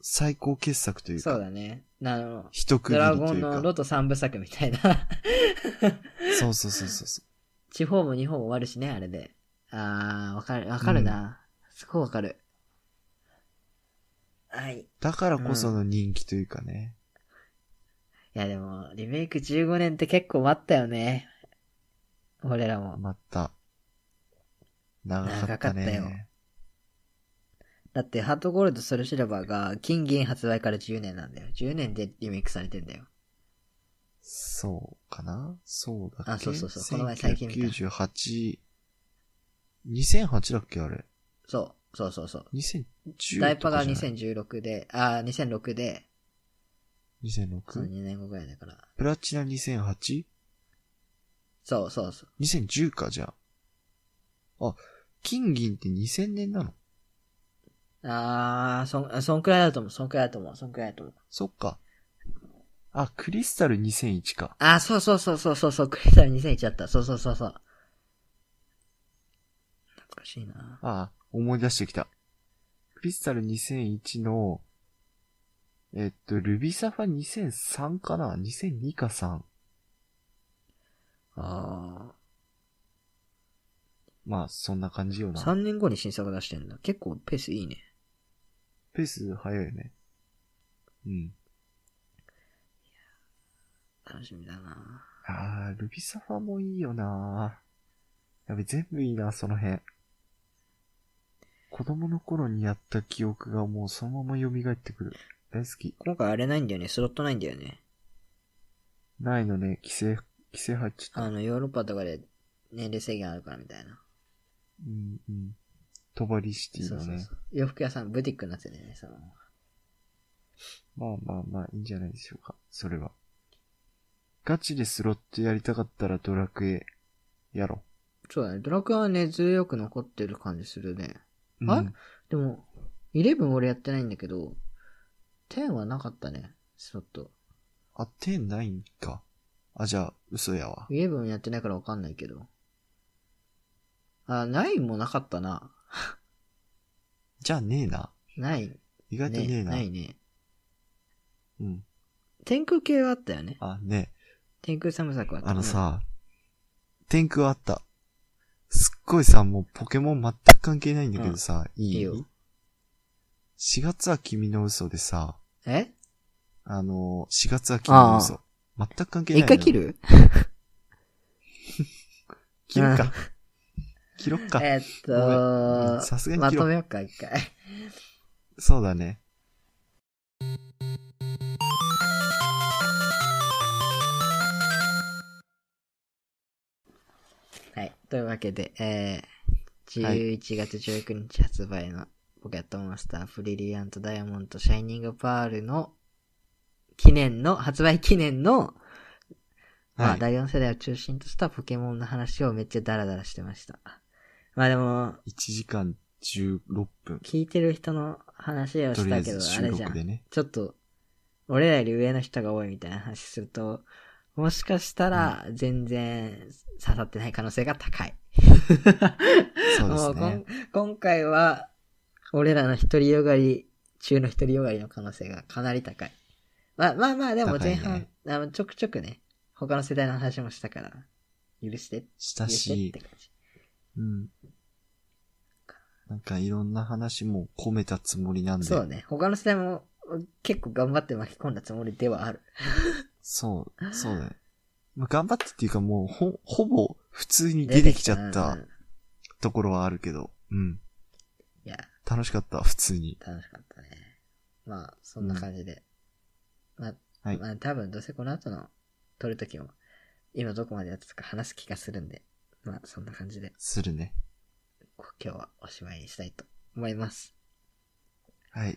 最高傑作という
そう
か、
だね。あの、
一区
ド
切
ラ
り
ゴ
とい
ン
うか
の。ロト3部作みたいな。
そうそうそうそうそ。
地方も日本も終わるしね、あれで。あー、わかる、わかるな。すごいわかる。はい。いう
だからこその人気というかね。
や、でも、リメイク15年って結構待ったよね。俺らも。
また。長かったね。
長かったよだって、ハートゴールド、ソルシルバーが、金銀発売から10年なんだよ。10年でリメイクされてんだよ。
そうかなそうだっけ
あそうそうそうこの前最近見た
1998、2008だっけあれ。
そう、そうそうそう。
2010
ダイパが
とかじゃない。
2016で、あー、2006で、その
2006?
2年後ぐらいだから。
プラチナ 2008?2010
そうそうそう。
か、じゃあ。あ、金銀って2000年なの
あー、そん、あそんくらいだと思う、そんくらいだと思う、そんくらいだと思う。
そっか。あ、クリスタル2001か。
あ、そうそうそうそうそうそう、クリスタル2001だった。そうそうそうそう。懐かしいな。
ああ、思い出してきた。クリスタル2001の、えっと、ルビサファ2003かな ?2002 か3。
あ
まあ、そんな感じよ
あ。
な。
3年後に新作出してんだ。結構ペースいいね。
ペース早いよね。うん。
楽しみだな。
ああ、あ、ルビサファもいいよなやべ、全部いいな、その辺。子供の頃にやった記憶がもうそのまま蘇ってくる。大好き。
今回あれないんだよね。スロットないんだよね。
ないのね、規制、規制入っちゃった。
あの、ヨーロッパとかで年齢制限あるからみたいな。
うんうん。トバリシティ
そ
の
う
ね。
そうそう。洋服屋さん、ブティックになってたよね、その。
まあまあまあ、いいんじゃないでしょうか。それは。ガチでスロットやりたかったらドラクエ、やろ
そうだね。ドラクエはね、強く残ってる感じするね。
う。
あ
うん
でも、11俺やってないんだけど、10はなかったね、スロット。
あ、手ないんか。あ、じゃあ、嘘やわ。
11やってないからわかんないけど。あ、9もなかったな。
じゃあねえな。
ない。
意外とねえ
ね、
な。
ないね。
うん。
天空系はあったよね。
あ、ねえ。
天空寒さくはあった、ね。
あの。さ、天空あった。すっごいさ、もうポケモン全く関係ないんだけどさ、いい
いいよ
?4 月は君の嘘でさ、
え
あの、4月は君の嘘。全く関係ない
一
のよ。
回切る
切るか。切ろっか。
えーっと、
さすがに
ま
切
と
ろう。
めようか、一回。
そうだね。
はい。というわけで、えー、11月19日発売のポケットモンスターブリリアントダイヤモンドシャイニングパールの記念の、発売記念の、ま
は
あ、
い。
第4世代を中心としたポケモンの話をめっちゃダラダラしてました。まあでも、
1時間16分。
聞いてる人の話を
と
し
りあ
た
え
けど
ず、
あ
収
れじゃん。
録でね。
ちょっと、俺らより上の人が多いみたいな話すると、もしかしたら、全然刺さってない可能性が高い。
そう で
も
す
うこ
ね
ん。今回は、俺らの独りよがり、中の独りよがりの可能性がかなり高い。まあまあまあ、でも
高
前
いね
半、あのちょくちょくね、他の世代の話もしたから、許して、
した
許してっ
し、
て感じ。
うん。なんかいろんな話も込めたつもりなんで。
そうね、他の世代も結構頑張って巻き込んだつもりではある。
そう、そうだね。まあ、頑張ってっていうかもうほ、ほぼ普通に出てきちゃっ
う
た
んうん
ところはあるけど、うん。
いや、
楽しかった、普通に。
楽しかったね。まあ、そんな感じで。まあ、
はい
まあ多分どうせこの後の撮るときも、今どこまでやったとか話す気がするんで、まあそんな感じです
るね。
今日はおしまいにしたいと思います。
はい。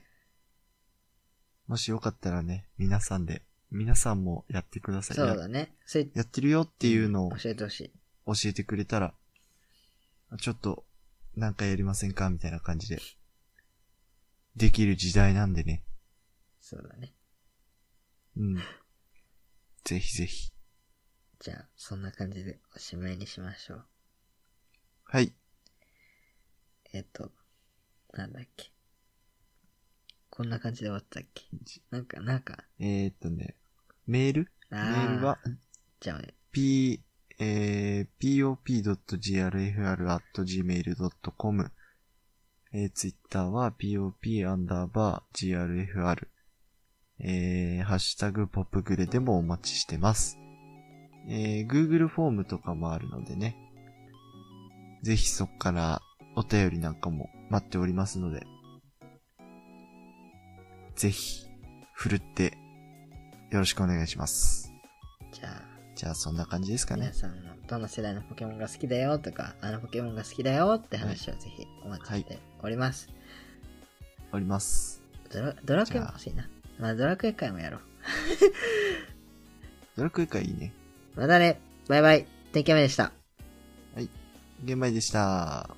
もしよかったらね、皆さんで、皆さんもやってください。
そう
や
だね。それっ
やってるよっていうのを
教えてほしい。
教えてくれたら、ちょっと、なんかやりませんかみたいな感じで。できる時代なんでね。
そうだね。
うん。ぜひぜひ。
じゃあ、そんな感じでおしまいにしましょう。
はい。
えっと、なんだっけ。こんな感じで終わったっけなんか、なんか、
えー、っとね、メール
あ
メールは、
じゃあ、
p, えー、pop.grfr.gmail.com。えー、ツイッターは pop アンダーバー grfr。えー、ハッシュタグポップグレでもお待ちしてます。えー、Google フォームとかもあるのでね。ぜひそっからお便りなんかも待っておりますので。ぜひ、振るってよろしくお願いします。
じゃあ、
じゃあそんな感じですかね
皆。さんのどの世代のポケモンが好きだよとか、あのポケモンが好きだよって話をぜひお待ちしております。
終わります。
ドラドラクエ
じゃ
も
あ
欲しいな。まあドラクエ会もやろう。
ドラクエ会いいね。
またね、バイバイ、天気雨でした。
玄米でした。